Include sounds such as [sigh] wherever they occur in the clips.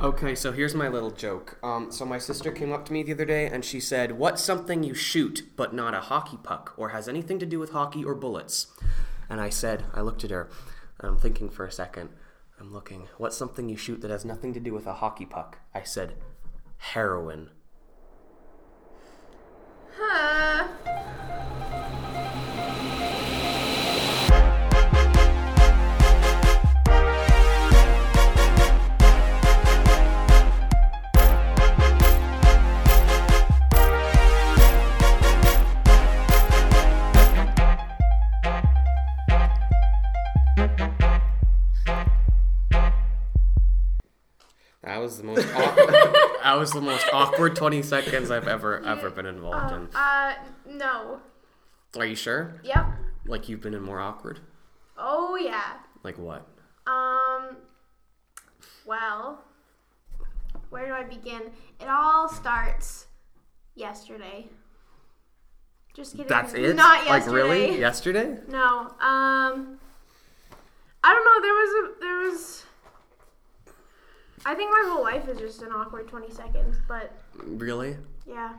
Okay, so here's my little joke. Um, so my sister came up to me the other day and she said, "What's something you shoot but not a hockey puck, or has anything to do with hockey or bullets?" And I said, I looked at her, and I'm thinking for a second. I'm looking. What's something you shoot that has nothing to do with a hockey puck? I said, heroin. Huh. That was the most. awkward, [laughs] that was the most awkward 20 seconds I've ever ever been involved in. Uh, no. Are you sure? Yep. Like you've been in more awkward? Oh, yeah. Like what? Um, well, where do I begin? It all starts yesterday. Just kidding. That's it? Not Like yesterday. really? Yesterday? No. Um, I don't know. There was a there was. I think my whole life is just an awkward twenty seconds, but Really? yeah.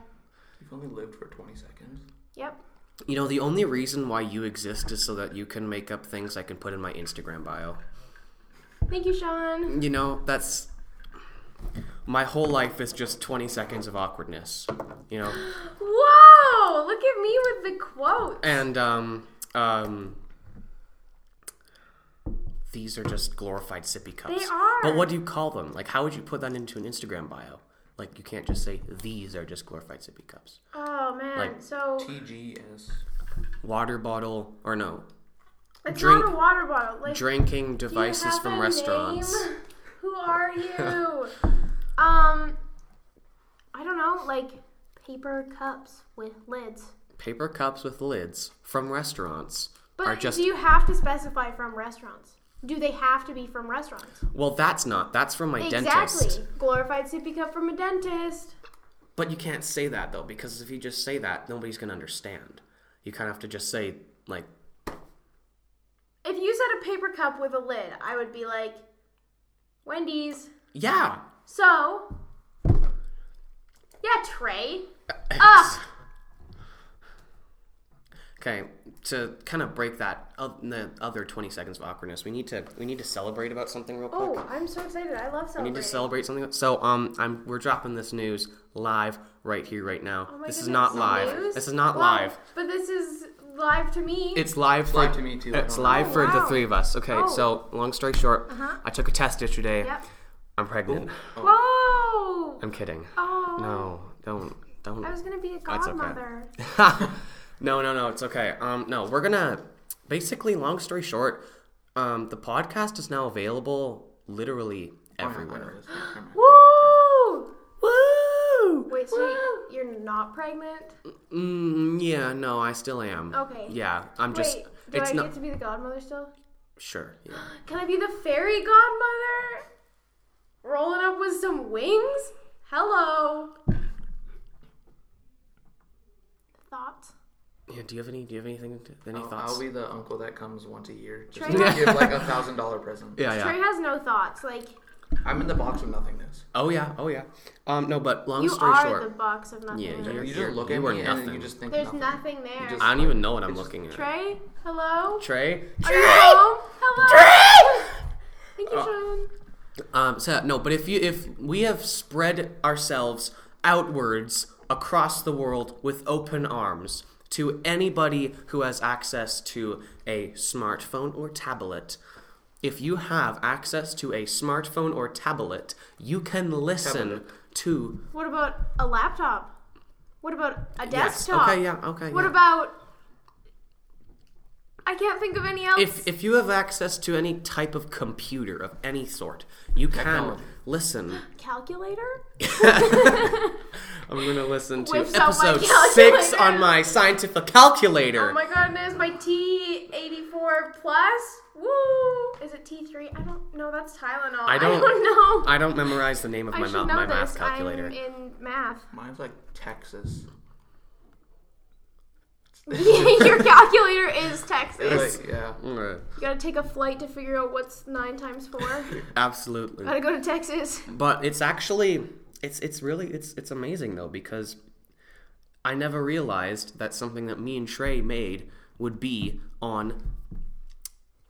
You've only lived for 20 seconds. Yep. You know, the only reason why you exist is so that you can make up things I can put in my Instagram bio. Thank you, Sean. You know, that's. My whole life is just 20 seconds of awkwardness. You know? Whoa! Look at me with the quote. And, um, um. These are just glorified sippy cups. They are. But what do you call them? Like, how would you put that into an Instagram bio? Like, you can't just say, these are just glorified sippy cups. Oh man. Like, so TGS. Water bottle, or no, it's drink- not a water bottle. Like drinking do you devices have a from restaurants. name? [laughs] [laughs] Who are you? um, I don't know. Like paper cups with lids. Paper cups with lids from restaurants But are just do you have to specify from restaurants? Do they have to be from restaurants? Well, that's not. That's from my dentist. Exactly. Glorified sippy cup from a dentist. But you can't say that though, because if you just say that, nobody's gonna understand. You kind of have to just say like, If you said a paper cup with a lid, I would be like, Wendy's. yeah. So, yeah, Trey. Up. Okay, to kind of break that o- the other twenty seconds of awkwardness, we need to we need to celebrate about something real quick. Oh, I'm so excited. I love we celebrating. need to celebrate something. So um, I'm we're dropping this news live right here, right now. Oh my this is goodness, not live. news? This is not Well, live. But this is live to me. It's live for live to me, too. I It's don't live know. for Oh, the wow. three of us. Okay, Oh. Uh-huh. so long story short, I took a test yesterday. Yep. I'm pregnant. Whoa. I'm kidding. Oh. No, don't, don't. I was gonna be a That's okay. godmother. [laughs] no, no, no. It's okay. Um, no, we're gonna. Basically, long story short, um, the podcast is now available literally everywhere. Woo! Woo! Wait, so you- you're not pregnant? Mm, yeah, no, I still am. Okay. Yeah, I'm just. Wait, do it's I not get to be the godmother still? sure. Yeah. Can I be the fairy godmother? Rolling up with some wings? Hello. Thoughts? yeah. Do you have any? Do you have anything? Any Oh, [gasps] I'll, thoughts? I'll be the uncle that comes once a year. Just Trey- to give [laughs] like a thousand dollar present. yeah, yeah. Trey has no thoughts. Like I'm in the box with nothingness. Oh yeah. Oh yeah. Um, no, but long you story are short, the box of nothingness. Yeah, You just You're- look you at are me and then nothing. you just think There's nothing. nothing there. just- I don't even know what I'm looking at. Trey, hello. Trey. Uh, Are you home? Hello. Thank you, Sean. Um, so no, but if you if we have spread ourselves outwards across the world with open arms to anybody who has access to a smartphone or tablet. If you have access to a smartphone or tablet, you can listen to What about a laptop? What about a Yes, desktop? okay, yeah, okay, What yeah. about? I can't think of any else. if if you have access to any type of computer of any sort, you can Technology. listen. calculator? [laughs] I'm going to listen to Whips out my episode 6 calculator. on my scientific calculator. Oh my goodness, my T eighty four plus. Woo! Is it T three? I don't know. That's Tylenol. I don't- know. I don't memorize the name of I my, should ma- know my this. math calculator. I'm in math. Mine's like Texas. [laughs] Your calculator is Texas. Like, yeah. Alright. You gotta take a flight to figure out what's nine [laughs] times four. Absolutely. gotta go to Texas. but it's actually it's it's really it's it's amazing though because I never realized that something that me and Trey made would be on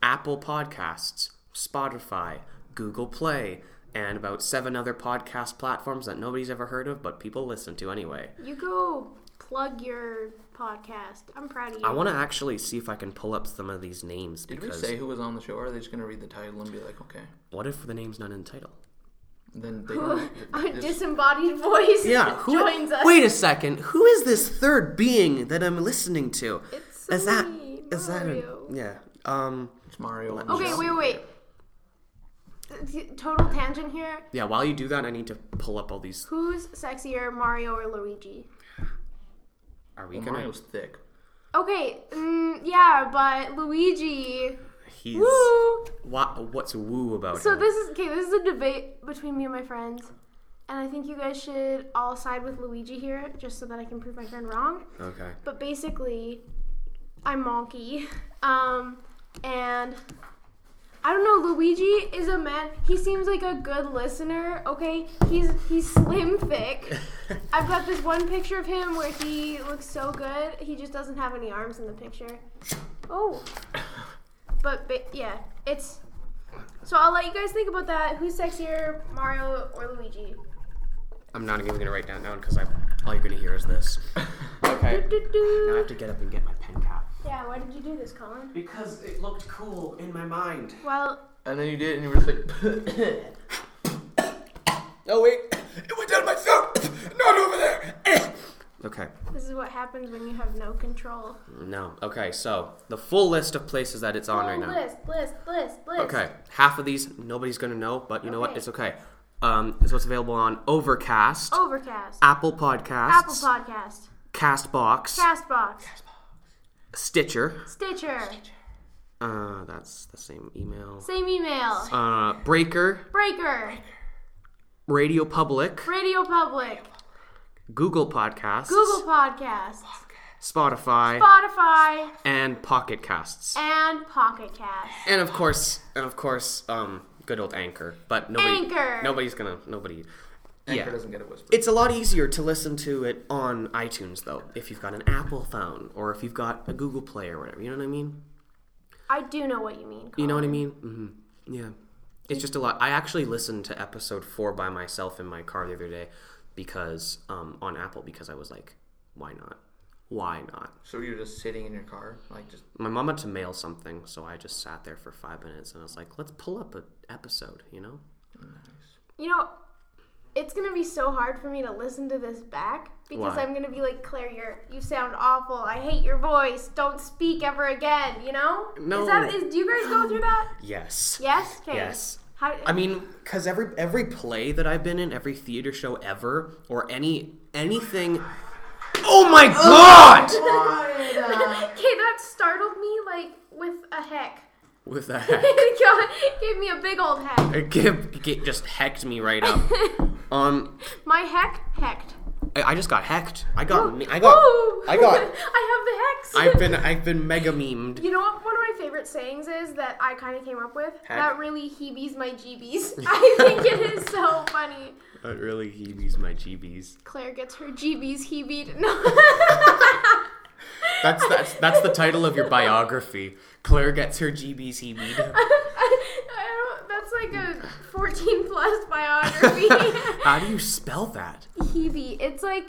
Apple Podcasts, Spotify, Google Play, and about seven other podcast platforms that nobody's ever heard of but people listen to anyway. You go plug your podcast. I'm proud of you. I want to actually see if I can pull up some of these names Did we because say who was on the show? Or are they just gonna read the title and be like, okay? what if the name's not in the title? Then [laughs] they don't, a disembodied voice [laughs] Yeah, who joins us. Wait a second. Who is this third being that I'm listening to? It's is that me, is that a, Mario. [laughs] yeah. Um it's Mario. and Okay, Luigi. wait, wait. Uh, Total tangent here. yeah, while you do that I need to pull up all these Who's sexier, Mario or Luigi? are we Well, gonna Mario's thick. Okay, mm, yeah, but Luigi. he's Woo! what what's woo about So him? this is okay. This is a debate between me and my friends, and I think you guys should all side with Luigi here, just so that I can prove my friend wrong. okay. [laughs] But basically, I'm Monkey, um, and I don't know. Luigi is a man. He seems like a good listener. Okay, he's he's slim thick. I've got this one picture of him where he looks so good. He just doesn't have any arms in the picture. Oh, but, ba yeah, it's. So I'll let you guys think about that. Who's sexier, Mario or Luigi? I'm not even gonna write that down because I all you're gonna hear is [laughs] this. okay. Now I Doo-doo. have to get up and get my pen cap. Yeah, why did you do this, Colin? Because it looked cool in my mind. Well, And then you did, and you were just like, [laughs] Oh [coughs] wait. It went down my throat! [coughs] not over there! [coughs] okay. This is what happens when you have no control. No. Okay, so the full list of places that it's on right now. List, list, list, list. Okay, half of these nobody's gonna know, but you know what? Okay. It's okay. Um, so it's available on Overcast, Overcast. Apple Podcasts, Oh. Apple Podcast. Castbox, Castbox. Stitcher. Stitcher. Uh, that's the same email. Same email. Uh, Breaker, Breaker. Radio Public, Radio Public. Google Podcasts, Google Podcasts. Spotify, Spotify. and Pocket Casts, And Pocket Cast. and of course, and of course, um, good old Anchor. But nobody, Anchor. nobody's gonna, nobody. Anchor yeah. doesn't get a whisper. It's a lot easier to listen to it on iTunes though, if you've got an Apple phone or if you've got a Google Play or whatever. You know what I mean? I do know what you mean. You know what I mean? hmm Yeah. It's just a lot. I actually listened to episode four by myself in my car the other day because um, on Apple because I was like, why not? Why not? So you're just sitting in your car, like just My mom had to mail something, so I just sat there for five minutes and I was like, let's pull up an episode. You know? You know, it's gonna be so hard for me to listen to this back because Why? I'm gonna be like, Claire, you're you sound awful. I hate your voice. Don't speak ever again. You know? No. Is that, is, do you guys go [sighs] through that? Yes. Yes. 'Kay. Yes. How, I mean, because every every play that I've been in, every theater show ever, or any anything. Oh my god! [laughs] okay, that startled me like with a heck. [laughs] With a heck, It gave me a big old heck. [laughs] it give- get- just hecked me right up. Um, My heck hecked. I, I just got hecked. I got me- I got Ooh. I [laughs] got I have the hecks. I've been I've been mega memed. You know what? One of my favorite sayings is that I kind of came up with. That really heebies my jeebies. [laughs] I think it is so funny. But really, heebies my GBs. Claire gets her jeebies heebied. [laughs] No. That's that's that's the title of your biography. Claire gets her GBs heebied. I don't, that's like a 14 plus biography. How do you spell that? Heebie. It's like,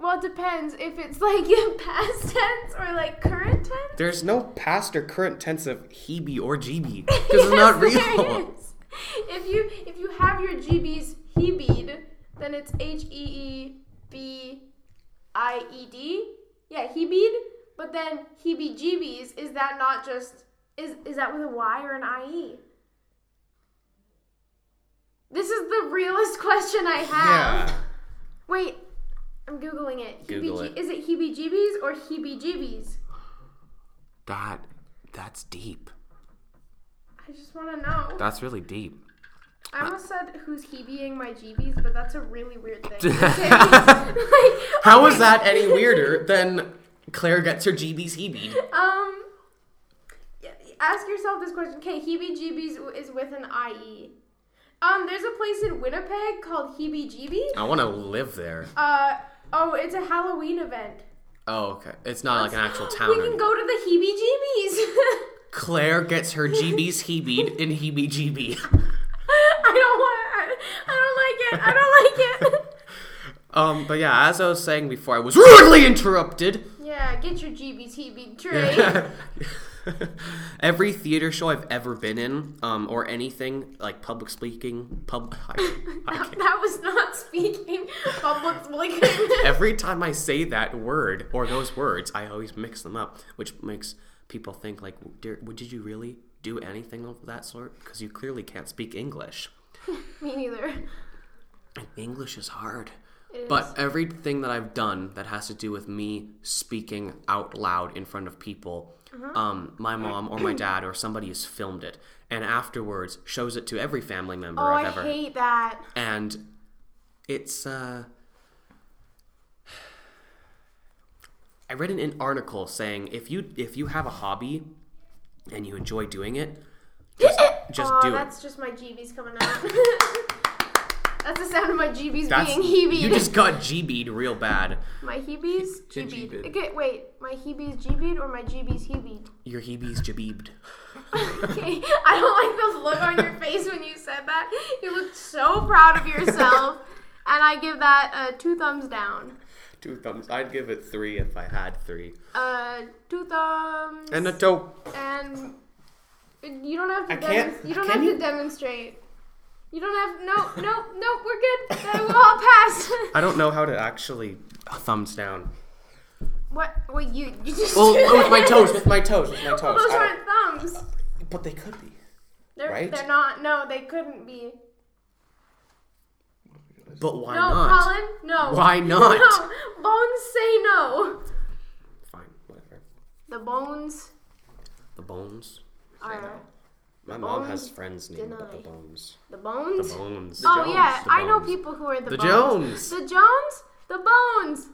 well, it depends if it's like [laughs] past tense or like current tense. There's no past or current tense of heebie or GB [laughs] because it's not Yes, real. there is. [laughs] If you if you have your GBs heebied, then it's H E E B I E D. Yeah, heebied. But then heebie jeebies. Is that not just is is that with a Y or an I E? This is the realest [laughs] question I have. Wait, I'm googling it. Google Heebie- it. Is it heebie-jeebies or heebie-jeebies? That that's deep. I just want to know. That's really deep. I almost Uh, said who's heebieing my [laughs] jeebies, [laughs] but that's a really weird thing. to say. Like, How is that any weirder than Claire gets her GB's heebie. [laughs] Um, yeah, ask yourself this question. Okay, heebie jeebies is with an IE. Um, there's a place in Winnipeg called Heebie Jeebie. I want to live there. Uh, oh, it's a Halloween event. Oh, okay. It's not like an actual [gasps] town. We or can anything. go to the Heebie Jeebies. Claire gets her GB's heebie in heebie jeebie. [laughs] I don't want to. I don't like it. I [laughs] don't like it. [laughs] [laughs] Um, but yeah, as I was saying before, I was rudely interrupted. yeah, get your Jeebies Heebie tray. [laughs] Every theater show I've ever been in, um, or anything like public speaking, pub. I, I that, can't. [laughs] that was not speaking public speaking. Every time I say that word or those words, I always mix them up, which makes people think like, "Dear, did you really do anything of that sort?" Because you clearly can't speak English. [laughs] Me neither. English is hard. It is. But everything that I've done that has to do with me speaking out loud in front of people, Uh-huh. um, my mom or my dad or somebody has filmed it and afterwards shows it to every family member Oh, I've I ever. hate that. and it's. Uh, I read an, an article saying if you if you have a hobby and you enjoy doing it, [laughs] just, just oh, do it. that's just my GBs coming out. [laughs] that's the sound of my GBs being you heebied. just got GB'd real bad. My [laughs] heebies? He- to Heebied. jeebed. Okay, wait. My heebies jeebied or my GBs heebied? Your heebies [laughs] jabeebed. Okay, [laughs] I don't like the look on your face when you said that. You looked so proud [laughs] of yourself. And I give that uh, two thumbs down. Two thumbs. I'd give it three if I had three. Uh, two thumbs. And a toe. and you don't have to. I can't- demon- you don't can have you- to demonstrate. You don't have. No, no, no. We're good. That will all pass. [laughs] I don't know how to actually uh, thumbs down. what? Wait, you? You just. [laughs] Well, with my toes, with [laughs] my toes, with my toes. Well, those I don't- aren't thumbs. but they could be. They're, Right? they're not. No, they couldn't be. But why no, not? Colin. No. Why not? [laughs] No. Bones say no. Fine, whatever. The bones The bones. are My mom has bones friends named but the deny. bones. the bones. The bones. oh Jones, yeah, the I know Bones. people who are the, The Jones. bones. The Jones. The bones.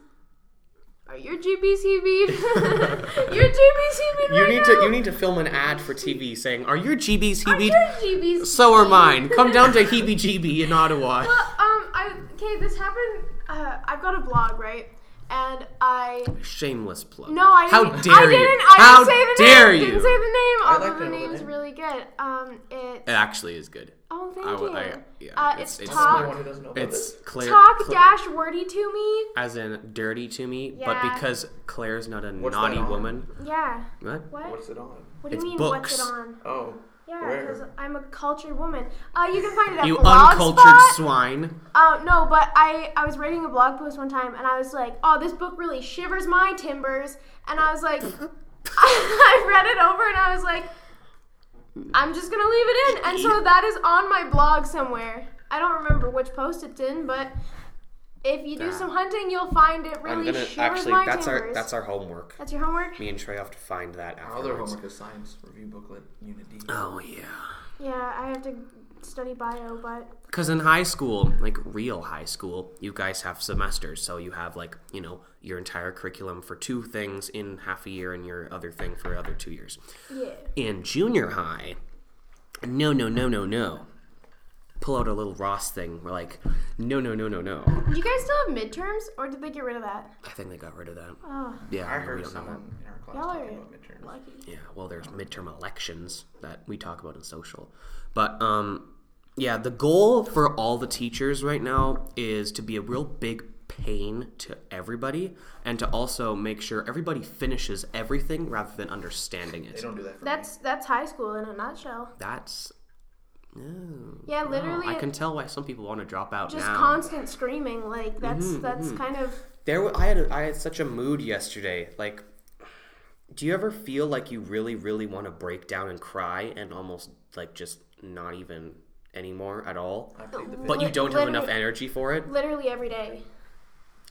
Are your GBs [laughs] heebie? your GBs heebie You right need to now? you need to film an ad for TV saying, "Are your GBs Are heebie?" your GBs So are heebie? mine. Come down to Heebie Jeebie in Ottawa. Well, um, I okay. This happened. Uh, I've got a blog, right? And I Shameless plug. No, I How didn't. dare I you? didn't. I How didn't say the dare name. you? Didn't say the name. Although like the that name is one. eh? really good. Um, it. It actually is good. Oh, thank I you. would- I- yeah, uh, it's- it's, it's Someone talk. who doesn't know about It's this. Claire. Talk Cla- dash wordy to me. as in dirty to me, but Yeah. because Claire's not a What's naughty that on? woman. Yeah. What? What? What's it on? what do you It's mean? What's books. it on? Oh. Yeah, Where? because I'm a cultured woman. Uh, you can find it at You Blogspot. uncultured swine. Oh no, but I I was writing a blog post one time and I was like, oh, this book really shivers my timbers, and I was like, [laughs] I, read it over and I was like, I'm just gonna leave it in, and so that is on my blog somewhere. I don't remember which post it's in, but if you do some hunting, you'll find it really shivers my timbers. our homework. That's your homework. Me and Trey have to find that Our other homework is science review booklet, Unit D. Oh yeah. Yeah, I have to study bio, but Cause in high school, like real high school, you guys have semesters, so you have like you know your entire curriculum for two things in half a year, and your other thing for other two years. yeah. in junior high, no, no, no, no, no. Pull out a little Ross thing. We're like, no, no, no, no, no. Do you guys still have midterms, or did they get rid of that? I think they got rid of that. Oh, Yeah, Ah, I we heard don't know that. someone in our class Y'all are- talking about midterms. lucky. Yeah, well, there's midterm elections that we talk about in social. But um, yeah, the goal for all the teachers right now is to be a real big pain to everybody and to also make sure everybody finishes everything rather than understanding They it. don't do that for me. That's that's high school in a nutshell. That's. No. Yeah, literally, I can tell why some people want to drop out just now. Mm-hmm, constant screaming. Like that's that's kind of There, wa- I had a, I had such a mood yesterday. Like, do you ever feel like you really, really want to break down and cry and almost like just not even anymore at all, I played the but you Lit- don't have enough literally- energy for it? literally every day.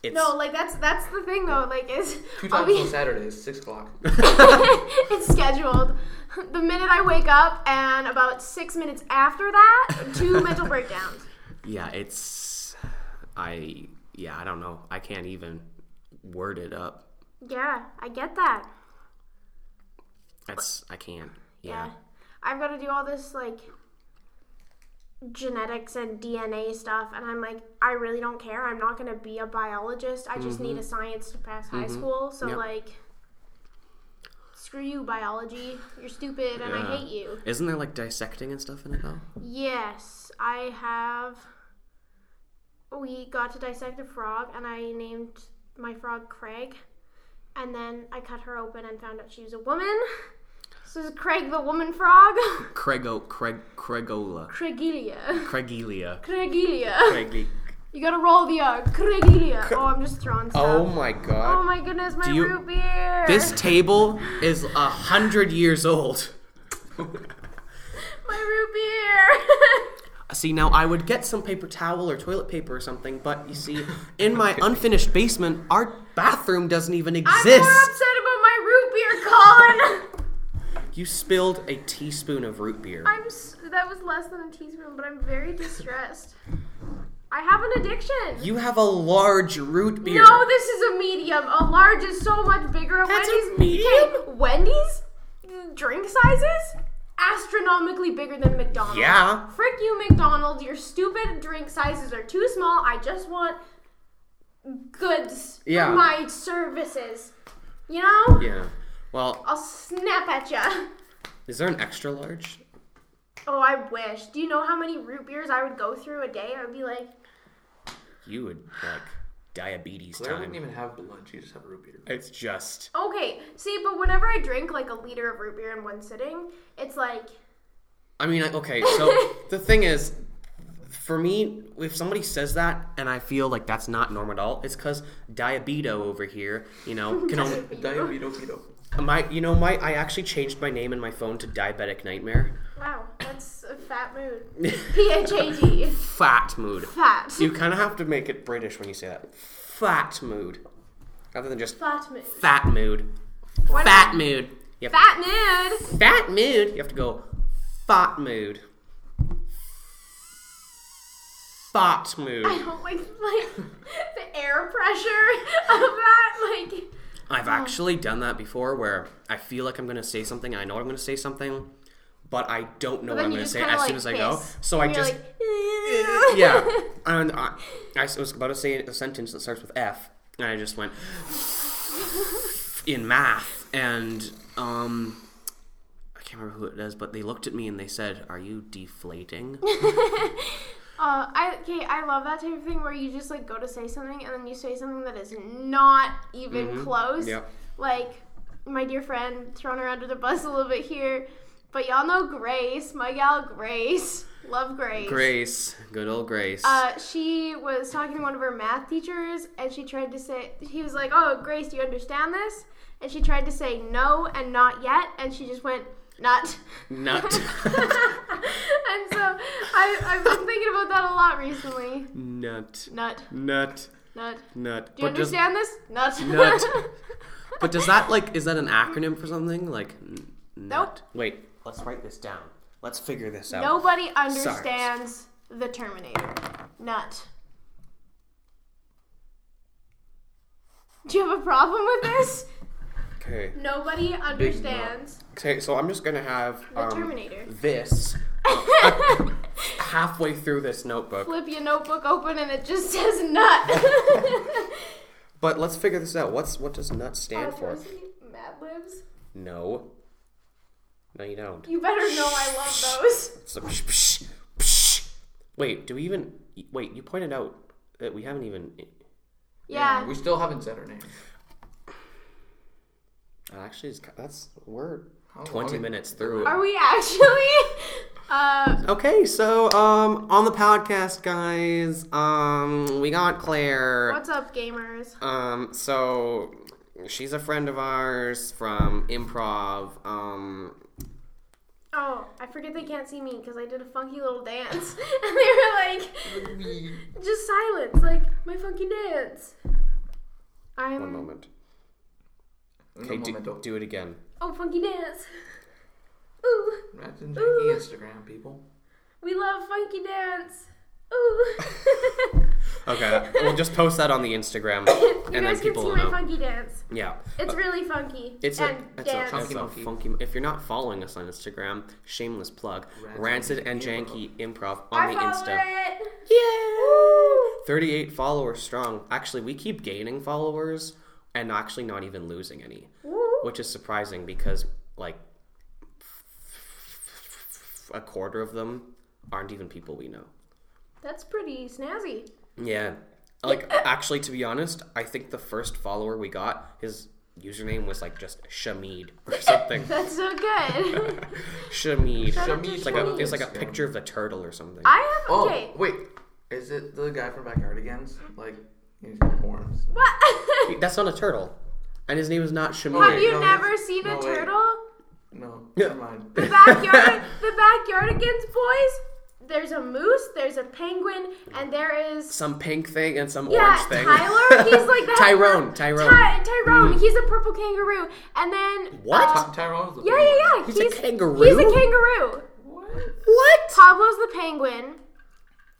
It's No, like that's that's the thing though. Like is Two I'll times on be, Saturdays, [laughs] six o'clock. it's scheduled. The minute I wake up and about six minutes after that, two mental breakdowns. yeah, it's I yeah I don't know. I can't even word it up. Yeah, I get that. That's I can't. Yeah. Yeah. I've got to do all this like genetics and DNA stuff and I'm like I really don't care. I'm not going to be a biologist. I just need a science to pass high school. So Mm-hmm. Yep. like screw you biology. You're stupid and Yeah. I hate you. Isn't there like dissecting and stuff in it though? Yes, I have we got to dissect a frog and I named my frog Craig. And then I cut her open and found out she was a woman. [laughs] So is Craig the woman frog? [laughs] Craigo Craig Craigola. Craigilia. Craigilia. Craigilia. Craigly. You gotta roll the R. Craigilia. Oh, I'm just throwing stuff. Oh Oh, my god. my goodness, my Do you- root beer. This table is a hundred years old. My [laughs] root beer. See, now I would get some paper towel or toilet paper or something, but you see, in my unfinished basement, our bathroom doesn't even I'm exist. more upset about my root beer, Colin. You spilled a teaspoon of root beer. I'm. S- that was less than a teaspoon, but I'm very distressed. I have an addiction. You have a large root beer. No, this is a medium. A large is so much bigger. That's a Wendy's medium? okay, Wendy's drink sizes astronomically bigger than McDonald's. yeah. Frick you, McDonald's. Your stupid drink sizes are too small. I just want goods Yeah. for my services. You know? Yeah. Well, I'll snap at ya. [laughs] is there an extra large? Oh, I wish. Do you know how many root beers I would go through a day? I would be like, You would like diabetes Claire time. wouldn't even have lunch. You just have [laughs] root beer. It's just okay. See, but whenever I drink like a liter of root beer in one sitting, it's like, I mean, I- okay, so the thing is, for me, if somebody says that and I feel like that's not normal at all, it's because Diabeto over here, you know, can only. Diabito keto. My, you know, my I actually changed my name in my phone to Diabetic Nightmare. wow, that's a fat mood. P H A T. Fat mood. Fat. You kind of have to make it British when you say that. Fat mood, rather than just Fat mood. fat mood. What- Fat mood. You have Fat mood. fat mood. You have to go fat mood. Fat I mood. don't like like the air pressure of that. Like I've actually done that before, where I feel like I'm gonna say something. I know I'm gonna say something, but I don't know what then I'm you gonna just say kind as of like soon as I go. piss, So I and you're just like, [laughs] yeah. [laughs] And I, I was about to say a sentence that starts with F, and I just went in math, and um, I can't remember who it is, but they looked at me and they said, "Are you [laughs] deflating?" Uh, I okay. I love that type of thing where you just like go to say something and then you say something that is not even close. Mm-hmm. Yep. Like my dear friend, thrown her under the bus a little bit here, but y'all know Grace, my gal Grace, love Grace. Grace, good old Grace. Uh, she was talking to one of her math teachers, and she tried to say, he was like, Oh, Grace, do you understand this? And she tried to say no and not yet, and she just went, [laughs] Not. Nut. and so I, I've been thinking about that a lot recently. nut. Nut, Nut. nut. Nut. Do you understand this? Nut. Nut. [laughs] but does that like is that an acronym for something like? N- nut? Wait, let's write this down. Let's figure this out. Nobody understands the Terminator. Nut. Do you have a problem with this? Okay. Nobody understands Okay, so I'm just gonna have the um, Terminator. this halfway through this notebook. Flip your notebook open and it just [laughs] [laughs] says nut. But let's figure this out. What's what does nut Oh, stand for? Mad Libs. No. No, you don't. You better know I [laughs] love those. It's a psh, psh, psh. Wait, do we even? Wait, you pointed out that we haven't even. Yeah. We still haven't said her name. that Actually, is, that's we're How twenty long- minutes through. Are we [laughs] actually? Uh, Okay, so um, on the podcast, guys, um, we got Claire. what's up, gamers? Um, so she's a friend of ours from improv. Um, Oh, I forget they can't see me because I did a funky little dance, [laughs] and they were like, just silence, like my funky dance. one I'm moment. No Okay, do, momento. do it again. oh funky dance. Ooh, Imagine Ooh. janky Instagram people. [laughs] we love funky dance. Ooh. Okay, [laughs] we'll just post that on the Instagram, [laughs] You and then guys can people see will my know. funky dance. Yeah, It's really funky. it's a and it's a, dance. funky, Funky funky, If you're not following us on Instagram, shameless plug, Rancid rancid and and janky improv on I the follow Insta. it. Yeah. 38 followers strong. Actually, we keep gaining followers and actually not even losing any, Woo. which is surprising because like a quarter of them aren't even people we know. That's pretty snazzy. Yeah. Like actually to be honest, I think the first follower we got his username was like just Shamid or something. That's [laughs] so good. Shamid. Shout Shamid. out to It's like a, it's like a Shamid. picture of a turtle or something. I have Oh okay. wait, is it the guy from Backyardigans? Like he's got horns. What? [laughs] That's not a turtle. And his name is not Shamid. have you no, never it's- seen no, a wait. turtle? No, Yeah. never mind. [laughs] The backyard, the backyardigans boys. There's a moose. There's a penguin, and there is some pink thing and some yeah orange thing. Tyler. He's [laughs] like that. Tyrone. Tyrone. Mm. Ty- Tyrone. He's a pyrtle kangaroo. And then What? uh, Ty- Tyrone's the yeah, yeah, yeah. He's a kangaroo? He's a kangaroo. what? Pablo's the penguin.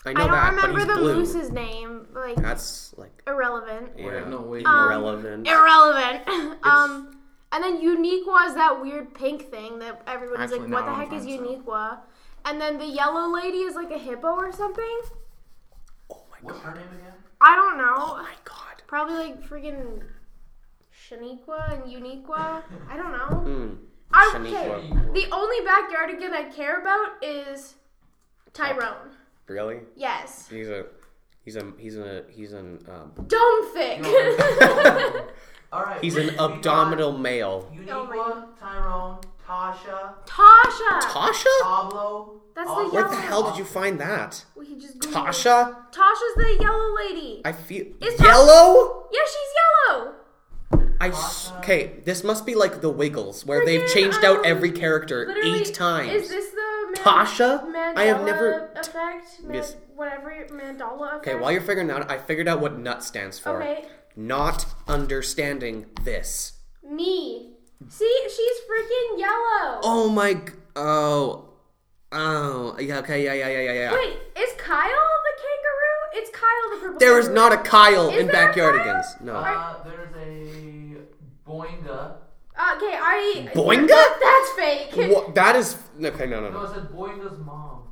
I I know don't that, but remember he's the blue. moose's name. Like That's like irrelevant. yeah, No wait. irrelevant. Um, irrelevant. [laughs] um, and then Uniqua that weird pink thing that everyone's Actually, like, no, what the I heck don't is think so. Uniqua? And then the yellow lady is like a hippo or something. oh my What's god. her name again? I don't know. Oh my god. Probably like freaking Shaniqua and Uniqua. I [laughs] don't know. Mm. I, okay. Shaniqua. The only backyardigan I care about is Tyrone. Really? Yes. He's a he's a he's a he's an um, Dome thick. All right. he's an abdominal male. Oh my Uniqua, Tyrone, Tasha, [laughs] Tasha. Tasha? Pablo. That's What the Where the yellow. hell did you find that? We just Googled it. Tasha? Tasha's the yellow lady. I feel Is Tasha- yellow. Yeah, she's yellow. I s- okay. This must be like the Wiggles, where they've Freaking, changed out um, every character Literally, eight times. Is this the Man- Tasha? Mandela I have never- effect. Man- Yes. Whatever Mandela effect. Okay, while you're figuring out, I figured out what nut stands for. Okay. Not understanding this. me. See, she's freaking yellow. Oh my. g- Oh. Oh. Yeah. Okay. Yeah. Yeah. Yeah. Yeah. Yeah. Wait, is Kyle the kangaroo? It's Kyle the purple. There is not a Kyle Is in there a Backyardigans. No. Uh, there's a Boinga. a. Okay, I. Boinga? that- [laughs] that's fake. What? That is. Okay. No. No, No. No. it said Boinga's mom.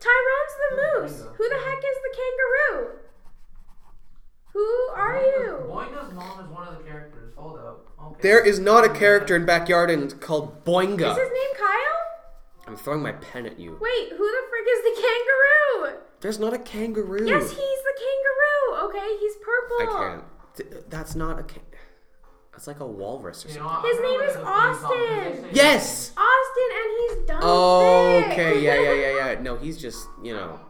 Tyrone's the moose. Boinga. Who the heck is the kangaroo? Who are you? Boinga's mom is one of the characters. Hold up. Okay. There is not a character in Backyardigans called Is his Boinga. name Kyle? I'm throwing my pen at you. Wait, who the frick is the kangaroo? There's not a kangaroo. Yes, he's the kangaroo. Okay, he's I purple. can't. Th- that's not a. Ca- that's like a walrus or You something. know, I His remember name is the police Austin. officer. They say- Yes. Austin, and he's dumb. Oh, Oh, Okay. Yeah. Yeah. Yeah. Yeah. No. He's just. You know.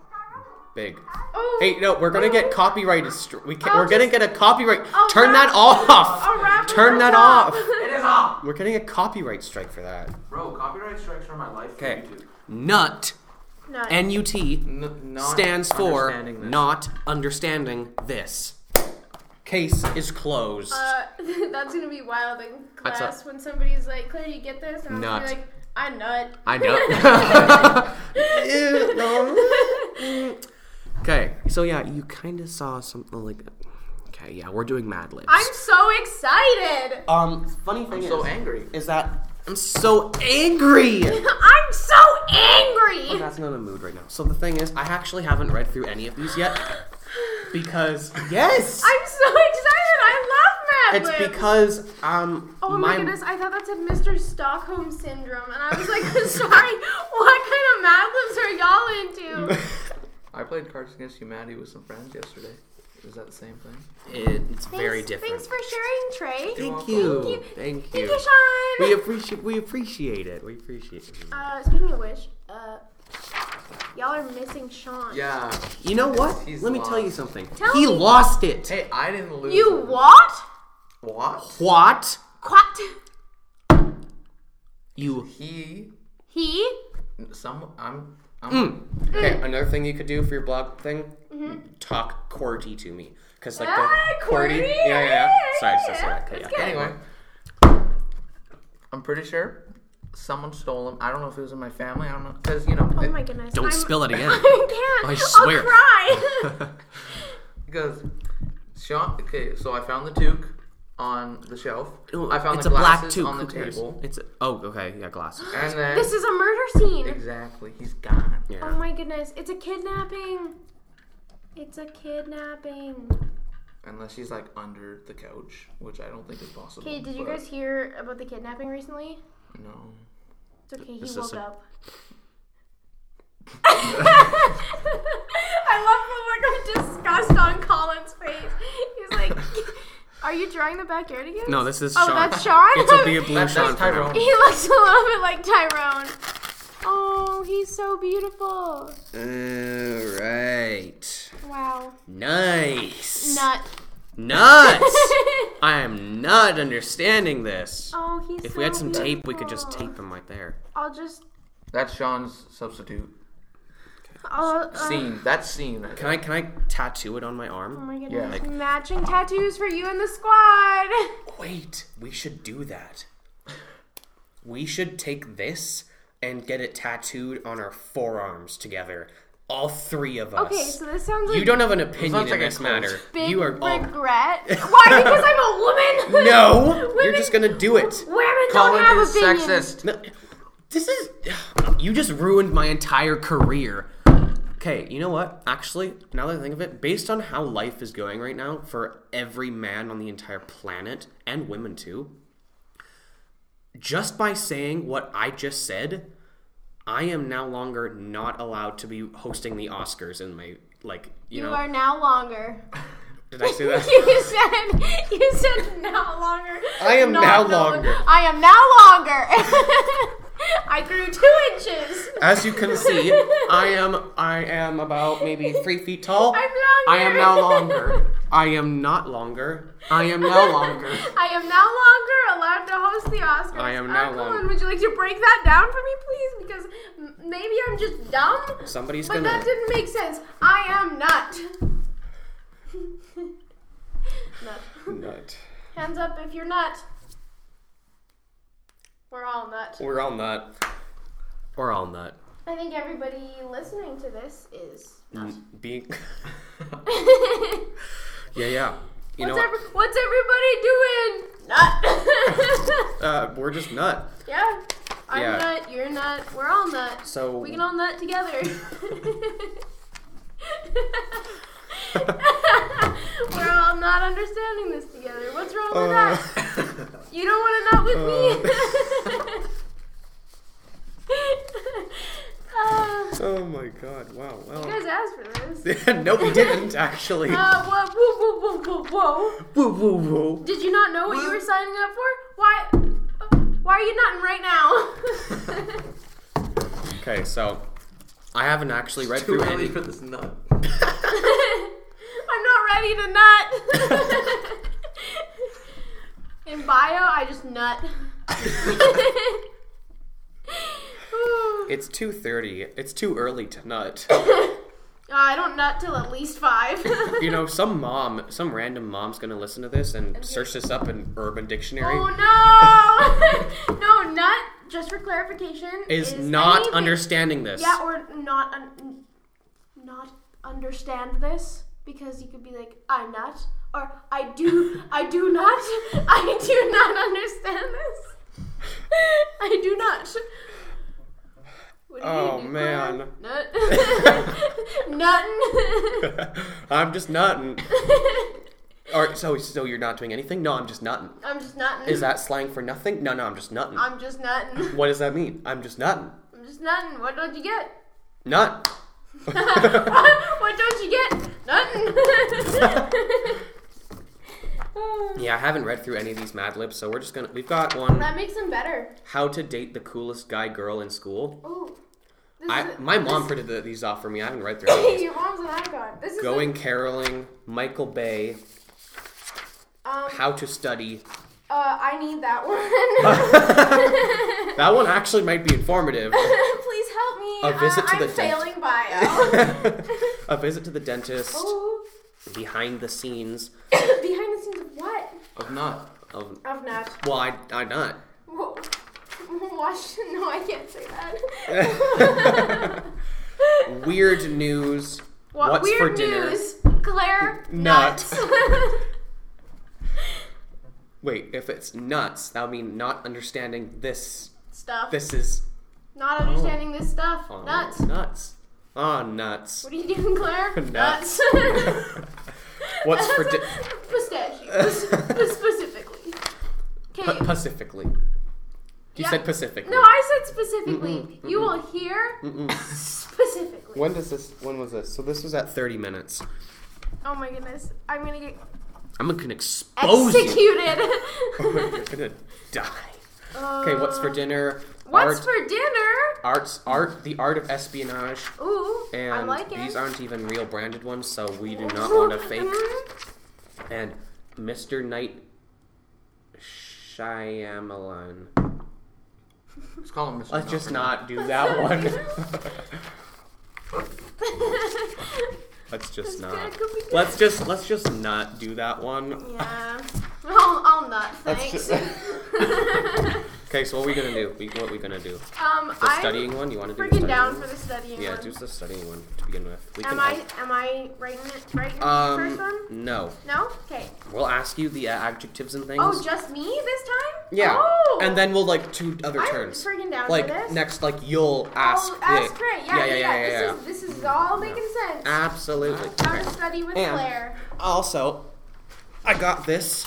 Big. [laughs] oh, Hey, no, we're gonna get copyrighted. Str- we can- I'll we're gonna just- get a copyright. I'll Turn Oh, wrap- that [laughs] off. I'll wrap Turn it that [laughs] up. off. It is off. We're getting a copyright strike for that. Bro, copyright strikes for my life. for Okay. YouTube. Nut, no, N U T, N- not stands for understanding this. not understanding this. Case is closed. uh, [laughs] that's gonna be wild in That's class when somebody's like, "Claire, you get this?" And I'm Nut. gonna be like, "I nut." I [laughs] know. okay, so yeah, you kind of saw something like. Okay, yeah, we're doing Mad Libs. [laughs] I'm so excited. um, funny thing is, so angry. is that I'm so angry. I'm so angry. That's not a mood right now. So the thing is, I actually haven't read through any of these yet because yes, I'm so excited. I love Mad it's Libs. because um Oh my, my, goodness, I thought that said Mr. Stockholm Syndrome, and I was like, [laughs] sorry, what kind of Mad Libs are y'all into? I played Cards Against Humanity with some friends yesterday. Is that the same thing? It- it's [laughs] very Thanks- different. Thanks for sharing, Trey. Thank Thank you, you. thank Thank you. you, We Sean. appreciate we appreciate it. We appreciate it. Uh, speaking of which, uh, y'all are missing Sean. Yeah. You know what? He's Let me lost. tell you something. Tell he me. lost it. Hey, I didn't lose. You it. what? What? What? Quat. You He. He. Some. I'm. I'm. Mm. Okay, another thing you could do for your blog thing, Mm-hmm. talk QWERTY to me. Cause like Ah, the QWERTY. QWERTY, Yeah, yeah, yeah. Sorry, yeah, sorry, sorry. Okay, that's yeah. good. Anyway, I'm pretty sure someone stole them. I don't know if it was in my family. I don't know because you know. Oh [laughs] it- my goodness. Don't I'm, [laughs] spill it again. I can't. [laughs] I swear. will cry. He goes, Sean. Okay, so I found the toque on the shelf. I found it's the a black glasses tube. on the Who cares? table. It's a, oh okay, yeah, glasses. And then This is a murder scene. exactly, he's gone. Yeah. Oh my goodness. It's a kidnapping. It's a kidnapping. Unless he's like under the couch, which I don't think is possible. Okay, did you but guys hear about the kidnapping recently? No. It's okay, he Is this woke a- [laughs] up. I love the look of disgust on Colin's face. He's like, [laughs] Are you drawing the backyard again? No, this is Oh, Sean. that's Sean? It's a [laughs] big blue That's, Sean. that's Tyrone. He looks a little bit like Tyrone. Oh, he's so beautiful. All right. Wow. Nice. Nut. [laughs] Nuts. I am not understanding this. [laughs] oh, he's If so we had some tape, we could beautiful. just tape them right there. I'll just. That's Sean's substitute. I'll, uh, Scene. That's scene. right Can I can I tattoo it on my Oh arm? my goodness. Yeah. Like- Matching tattoos for you and the squad. [laughs] Wait, we should do that. We should take this and get it tattooed on our forearms together. All three of us. Okay, so this sounds like you don't have an opinion Sounds in like a this matter. big You are all [laughs] regret. Why? Because I'm a woman. No, [laughs] you're Women- just gonna do it. Women don't Colin have is opinions. sexist. No, This is. [sighs] You just ruined my entire career. Okay, you know what? Actually, now that I think of it, based on how life is going right now for every man on the entire planet, and women too, just by saying what I just said, I am now longer not allowed to be hosting the Oscars in my. Like, you, You know. are now longer. Did [laughs] I say that? you said you said now longer. I am Not now no- longer. I am now longer. [laughs] I grew two inches. As you can see, I am I am about maybe three feet tall. I'm longer. I am now longer. I am not longer. I am now longer. [laughs] I am now longer allowed to host the Oscars. I am now uh, Colin, longer. would you like to break that down for me, please? Because m- maybe I'm just dumb. Somebody's but gonna. that didn't make sense. I am nut. [laughs] nut. Nut. Hands up if you're nut. We're all nut. We're all nut. We're all nut. I think everybody listening to this is [laughs] nut. Being. [laughs] yeah, yeah. You know, what's, every- what's everybody doing? Nut. uh, we're just nut. [laughs] yeah. I'm Yeah. nut, you're nut, we're all nut. So We can all [laughs] nut together. [laughs] We're all not understanding this together. What's wrong with Uh, that? You don't want to nut with me. [laughs] uh, [laughs] oh my god! Wow. you Well. guys asked for this. [laughs] [laughs] no, we didn't actually. Uh, whoa, whoa, whoa, whoa, whoa. Woo, woo, woo. Did you not know what you were signing up for? Why? uh, Why are you nutting right now? [laughs] Okay, so I haven't actually read Too through early any. for this nut. I'm not ready to nut. [laughs] In bio, I just nut. [laughs] [laughs] Ooh. It's two thirty. It's too early to nut. Uh, I don't nut till at least five. you know, some mom, some random mom's gonna listen to this and search this up in Urban Dictionary. oh no! [laughs] no, nut. Just for clarification, is, not anything- understanding this. Yeah, or not un- not understand this because you could be like, I nut, or I do, I do not, [laughs] I do not understand this. [laughs] I do not. What do you Oh, do, man. Connor? Nut. [laughs] [laughs] I'm just nutting. Nothing. Or so so you're not doing anything? No, I'm just nutting. I'm just nutting. Is that slang for nothing? No, no, I'm just nutting. I'm just nutting. What does that mean? I'm just nutting. I'm just nutting. What don't you get? Nut. what don't you get? [laughs] Nothing. Yeah, I haven't read through any of these Mad Libs, so we're just gonna. We've got one. That makes them better. How to date the coolest guy girl in school. Ooh. This I is- my mom printed the, these off for me. I haven't read through. Any of these. [laughs] Your mom's an icon. This is Going caroling. Michael Bay. like, um, How to study. uh, I need that [laughs] one. That one actually might be informative. [laughs] [laughs] Please help me. A visit to uh, the I'm dent- failing bio. a visit to the dentist. [laughs] Ooh. Behind the scenes Behind the scenes of what? Of nut. of. Of Nat. Well, I I nut. Whoa. [laughs] Washington. No, I can't say that. [laughs] [laughs] Weird news. What What's weird for dinner? news? Claire Nut. Wait, if it's nuts, that would mean not understanding this. [laughs] stuff. This is Not understanding this stuff. oh, Nuts. Nuts. Ah, nuts. What are you doing, Claire? [laughs] Nuts. [laughs] What's for di- [laughs] pistachios [laughs] specifically? pa- Okay. Pacifically? You Yeah. said Pacifically. no, I said specifically. Mm-mm, You will hear Mm-mm. specifically. When does this? When was this? So this was at 30 minutes. Oh my goodness! I'm gonna get I'm gonna expose you. executed. [laughs] You're gonna die. Okay, what's for dinner? [laughs] What's art, for dinner? arts, art, the art of espionage, Ooh, and I like it. these aren't even real branded ones, so we do [laughs] not want to fake. And Mr. Knight Shyamalan. Let's call him Mr. Let's just Muffin. not do [laughs] that one. let's It's just gonna not. go be good. Let's just let's just not do that one. Yeah. I'll, I'll not. That's Thanks. ju- Okay, so what are we gonna do? We, what are we gonna do? [laughs] um, The I'm studying one? You want to do the freaking studying down one? for the studying. Yeah, one. do the studying one to begin with. We Am I help. am I writing it right in the Um, first one? no. No. Okay. We'll ask you the uh, adjectives and things. Oh, just me this time? yeah. Oh. And then we'll like two other I'm turns. freaking down Like for this. next, like you'll ask. Oh, ask her. Yeah, yeah, yeah. yeah, yeah, this, Is, Uh, this is all making sense. Absolutely. How Okay. to study with And- Claire. [gasps] Also, I got this.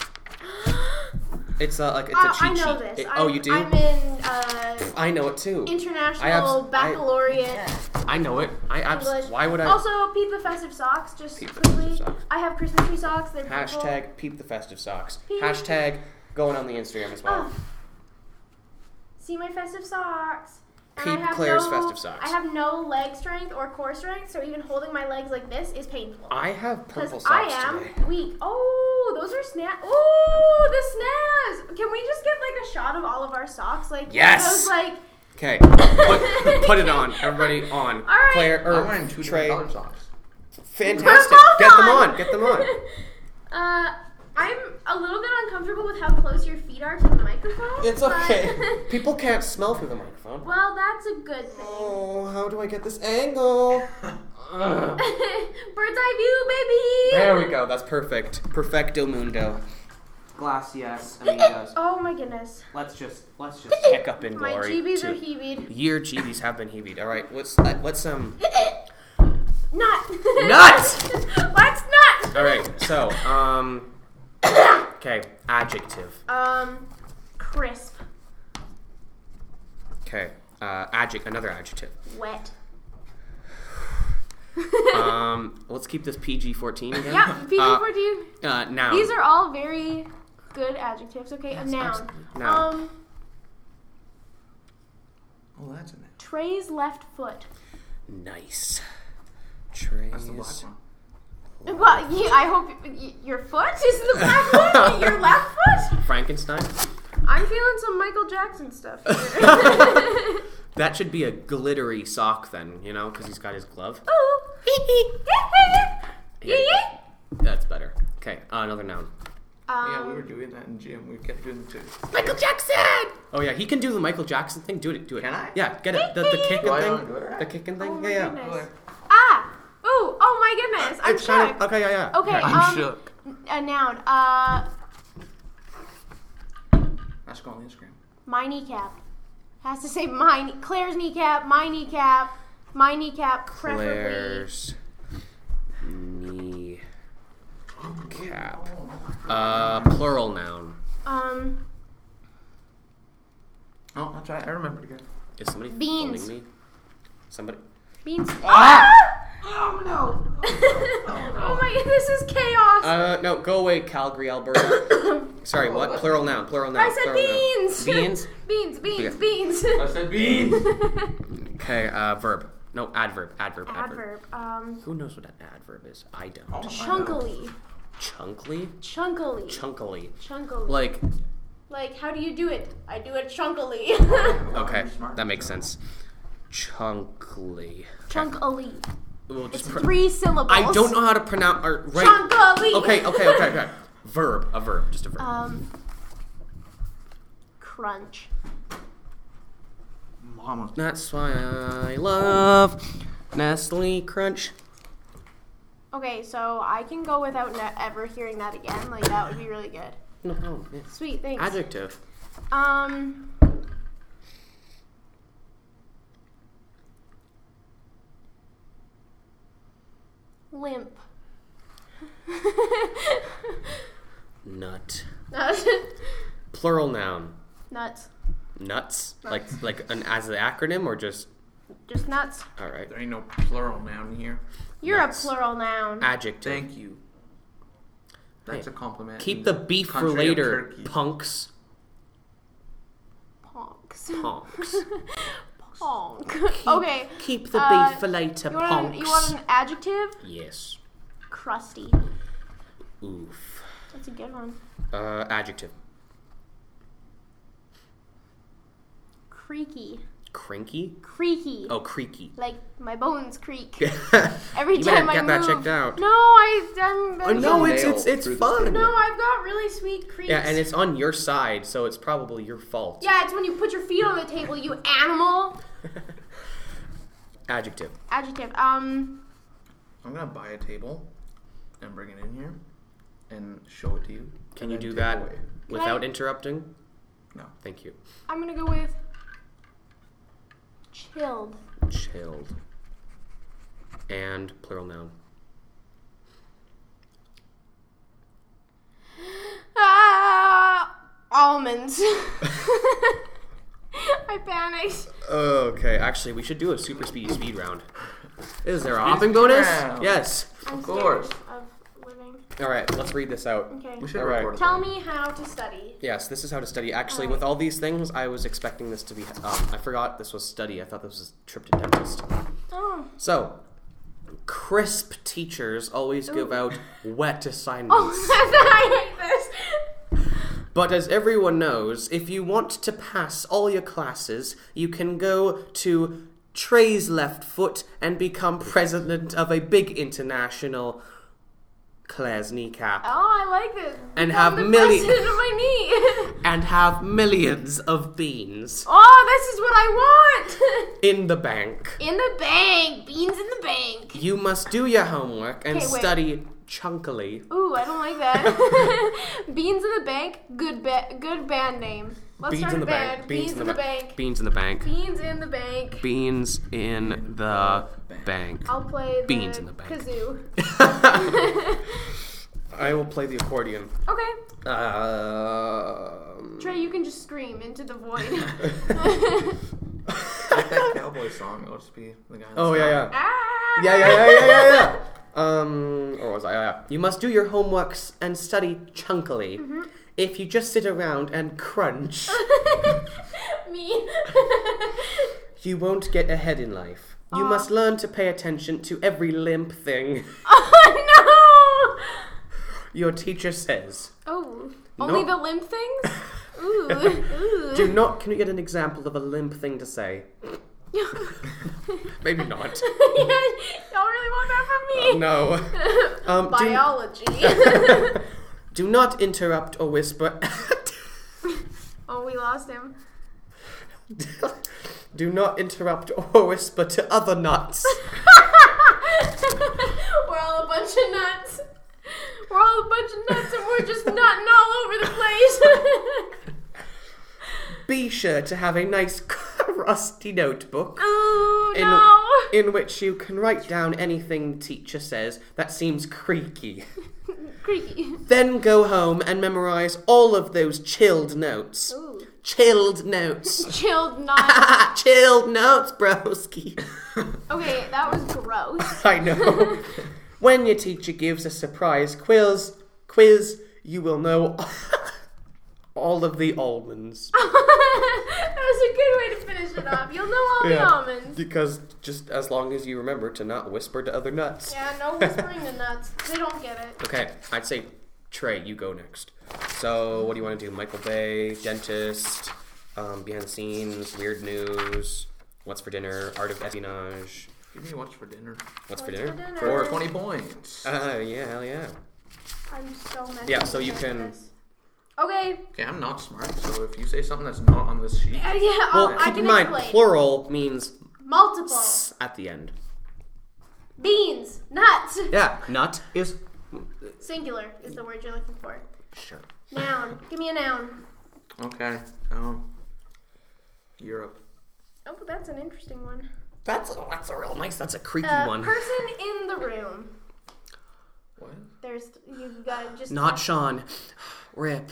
It's uh, like it's Uh, a cheat I know sheet. this. It- I'm, oh, you do? I'm in uh, I know it too. international I abs- I- baccalaureate. I know it. I abs- English. Why would I? Also, peep the festive socks. Just Peep the quickly, festive socks. I have Christmas tree socks. They're [laughs] purple. Hashtag peep the festive socks. Peep. Hashtag going on the Instagram as well. Oh. See my festive socks. Peep Claire's festive socks. I have no leg strength or core strength, so even holding my legs like this is painful. I have purple Because socks I am today. weak. Oh, those are snaps. Oh, the snaps. Can we just get like a shot of all of our socks? Like Yes. Those like. Okay, [laughs] put, put it on, everybody on. All right. Claire, I'm er, wearing two Trey, different color socks. fantastic. We're both Get them on, get them on. [laughs] uh, I'm a little bit uncomfortable with how close your feet are to the microphone. It's but- [laughs] okay. People can't smell through the microphone. well, that's a good thing. [laughs] Oh, how do I get this [laughs] angle? Ugh. Bird's eye view, baby. [laughs] There we go. That's perfect. Perfecto mundo. Glass, yes, amigos. Oh my goodness. let's just, let's just. Heck up in My glory. GBs are too. heavied. Year GBs have been heaved. All right, what's uh, what's um? [laughs] Not. [laughs] Nuts! What's not? All right, so um, okay, adjective. Um, crisp, Okay, uh, adject. Another adjective. wet. [laughs] [laughs] Um, let's keep this PG fourteen again. yeah, PG-14. Uh, noun. These are all very good adjectives. Okay, a noun. absolutely. Noun. Um, Oh, that's a name. Trey's left foot. nice. Trays. That's the black one. Well, you, I hope y- y- your foot is the black [laughs] foot. Your left foot. Frankenstein. I'm feeling some Michael Jackson stuff [laughs] here. That should be a glittery sock then, you know, because he's got his glove. Ooh. [laughs] Yeah, yeah. That's better. Okay, uh, another noun. yeah, we were Um, doing that in gym. We kept doing the two. Michael Jackson. Oh yeah, he can do the Michael Jackson thing. Do it, do it. Can I? Yeah, get it. The, the kicking Do I thing. not do it? The kicking thing. Oh my yeah, yeah. goodness. Ah. Ooh. Oh my goodness. I'm It's kind shocked. of- okay, yeah, yeah. Okay, I'm um, shook. a noun. Uh, That's going on Instagram. my kneecap. Has to say my knee- Claire's kneecap. My kneecap. My kneecap. Preferably. Claire's knee cap. Uh, plural noun. Um, Oh, that's right. I remembered again. Is somebody Beans. phoning me? Somebody. beans. Ah! Oh [laughs] no! Ah! oh my! This is chaos. Uh, no, go away, Calgary, Alberta. [coughs] Sorry, what? Plural noun. Plural noun. [laughs] I said plural noun. beans. [laughs] Beans. beans. Yeah. Beans. Beans. I [laughs] said beans. Okay, uh, verb. No, adverb. Adverb. Adverb. Adverb. Um, Who knows what an adverb is? I don't. chunkily. Chunkly? Chunkily. Chunkily. chunkily. Like, Like, how do you do it? I do it chunkily. [laughs] okay, that makes sense. Chunkly. chunkily. We'll just It's pro- three syllables. I don't know how to pronounce. Or, right. Chunkily. Okay, okay, okay, okay. Verb. A verb. Just a verb. Um, crunch. Mama. That's why I love Nestle Crunch. Okay, so I can go without ne- ever hearing that again. Like that would be really good. No problem. Yeah. Sweet, thanks. Adjective. Um. Limp. [laughs] Nut. Nuts. Plural noun. Nuts. Nuts. Like like an as an acronym or just Just nuts. all right. There ain't no plural noun here. You're Nuts. Ah. a plural noun. Adjective. Thank you. That's Hey, a compliment. Keep the beef for Country of later, Turkey. punks. Ponks. [laughs] Punks. Ponk. Okay. Keep the Uh, beef for later, You want, punks. an, you want an adjective? Yes. Crusty. Oof. That's a good one. Uh, adjective. Creaky. Cranky. Creaky. Oh, creaky. [laughs] Like my bones creak. you Every better time I get that move. checked out. No, I. I'm, Oh, no, it's nail it's it's through the fun. thing. No, I've got really sweet creeps. Yeah, and it's on your side, so it's probably your fault. Yeah, it's when you put your feet on the table, you animal. [laughs] Adjective. Adjective. Um, I'm gonna buy a table and bring it in here and show it to you. Can and you then do take that away. without I- interrupting? No. Thank you. I'm gonna go with chilled. Chilled. And plural noun. Ah, almonds. [laughs] I panicked. Okay, actually, we should do a super speedy speed round. Is there a hopping bonus? round. Yes. I'm Of course. scared Of living. All right, let's read this out. We Okay. should All right. record it. Tell me how to study. Yes, this is how to study. Actually, Alright. with all these things, I was expecting this to be. Um, I forgot this was study. I thought this was trip to dentist. Oh. So, crisp teachers always give Ooh. out wet [laughs] Oh, [laughs] assignments. I hate this. But as everyone knows, if you want to pass all your classes, you can go to Trey's left foot and become [laughs] president of a big international Claire's kneecap Oh, I like this. And Become have the Millie- president of my knee. [laughs] and have millions of beans oh, this is what I want. [laughs] in the bank. In the bank. Beans in the bank. You must do your homework and Okay, wait. study chunkily. Ooh, I don't like that. [laughs] Beans in the bank. Good ba- good band name. Let's Beans start in a the band. bank. Beans, in the, ba- bank. Beans in the bank. Beans in the bank. Beans in the [laughs] bank. [laughs] I'll play the Beans in the bank. [laughs] kazoo. I will play the accordion. Okay, Um, Trey, you can just scream into [laughs] the void. Like that cowboy song. It'll just be the guy. on the Oh yeah, side. yeah, ah! yeah, yeah, yeah, yeah, yeah. yeah. Um, or was I? Yeah, yeah. You must do your homeworks and study chunkily. If you just sit around and crunch, [laughs] Me. [laughs] you won't get ahead in life. You Aw. must learn to pay attention to every limp thing oh your teacher says. no! Oh, only the limp things. Ooh, [laughs] Do not. Can you get an example of a limp thing to say? ooh. Maybe not. Y'all really want that from [laughs] me? No. Um, do, Biology. [laughs] do not interrupt or whisper. [laughs] oh, we lost him. [laughs] do not interrupt or whisper to other nuts. we're all a bunch of nuts. We're all a bunch of nuts and we're just nutting all over the place. [laughs] Be sure to have a nice [laughs] rusty notebook Ooh, In- no. in which you can write down anything the teacher says that seems creaky. [laughs] Creaky. Then go home and memorize all of those chilled notes. Ooh. Chilled notes. [laughs] Ah, Chilled nuts. chilled notes, broski. [laughs] Okay, that was gross. [laughs] I [laughs] know. when your teacher gives a surprise quiz, quiz, you will know [laughs] all of the almonds. that was a good way to finish it off. You'll know all the Yeah. almonds. Because just as long as you remember to not whisper to other nuts. Yeah, no whispering to nuts. They don't get it. Okay, I'd say Trey, you go next. So, what do you want to do? Michael Bay, dentist, um, behind the scenes, weird news, what's for dinner, art of espionage, Give me what's for dinner. what's, for What's dinner? for dinner? Four. Twenty points. Uh, yeah, hell yeah. I'm so messy. Yeah, so you with can- this. Okay. [laughs] Okay, I'm not smart, so if you say something that's not on this sheet, Uh, yeah, Well, I'll- I keep can in mind, explain. plural means Multiple. s at the end. Beans. Nuts. [laughs] Yeah, nut is Singular is the word you're looking for. sure. Noun. Give me a noun. Okay. Um. Europe. Oh, but that's an interesting one. That's oh, that's a real nice. That's a creaky Uh, one. Person in the room. What? There's you got just Not Sean. [sighs] Rip.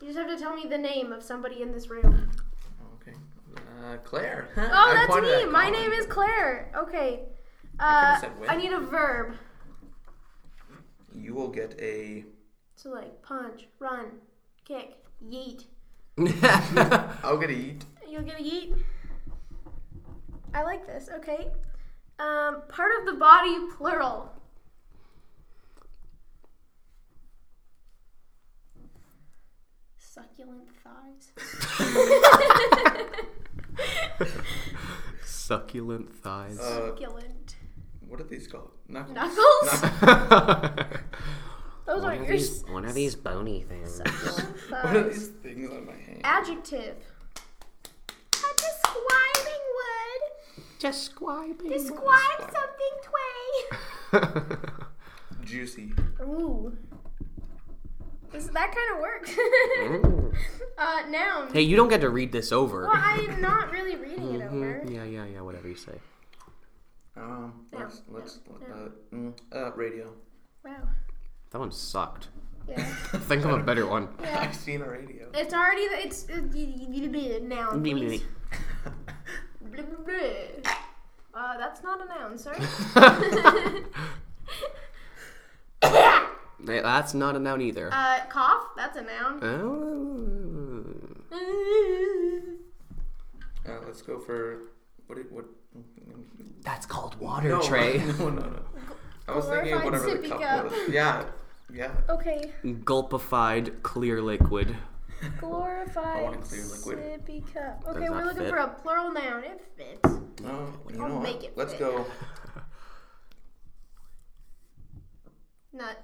you just have to tell me the name of somebody in this room. Okay. Uh, Claire. [laughs] Oh, that's me. My name is Claire. Okay. I Uh, could've said I win. need a verb. You will get a. So like punch, run, kick, yeet. I'll get a eat. You'll get a yeet. I like this. Okay. Um, part of the body, plural. Succulent thighs. [laughs] Succulent thighs. Uh, [laughs] Succulent what are these called? Knuckles. knuckles. Knuck- Those Uh, One aren't of your these, one of these bony things. what are thighs. these things on my hand? [laughs] Adjective. A describing word. Describing. Describe something [laughs] tway. Juicy. Ooh. This, that kind of [laughs] worked. uh, [laughs] noun. hey, you don't get to read this over. Well, I'm not really reading it over. Mhm, Yeah, yeah, yeah. Whatever you say. Um. Let's No, let's no, uh, mm, uh radio. Wow. That one sucked. Yeah. Think of a better [laughs] one. yeah. [laughs] I've seen a radio. [laughs] It's already the, it's uh, noun. please. Uh, Blah, blah, blah. Uh, that's not a noun, sir. [laughs] Hey, That's not a noun either. uh, cough. That's a noun. [laughs] Oh. Uh, let's go for what? Did, what? mm, That's called water, No, [laughs] [laughs] Trey. No, no, no. I was thinking of Glorified whatever the sippy cup, cup. was. Yeah, yeah. okay. Gulpified clear liquid. I want Glorified a clear liquid. sippy cup. Okay, that we're looking fit? for a plural noun. It fits. No, you I'll know make it what? Let's fit. go. Nut.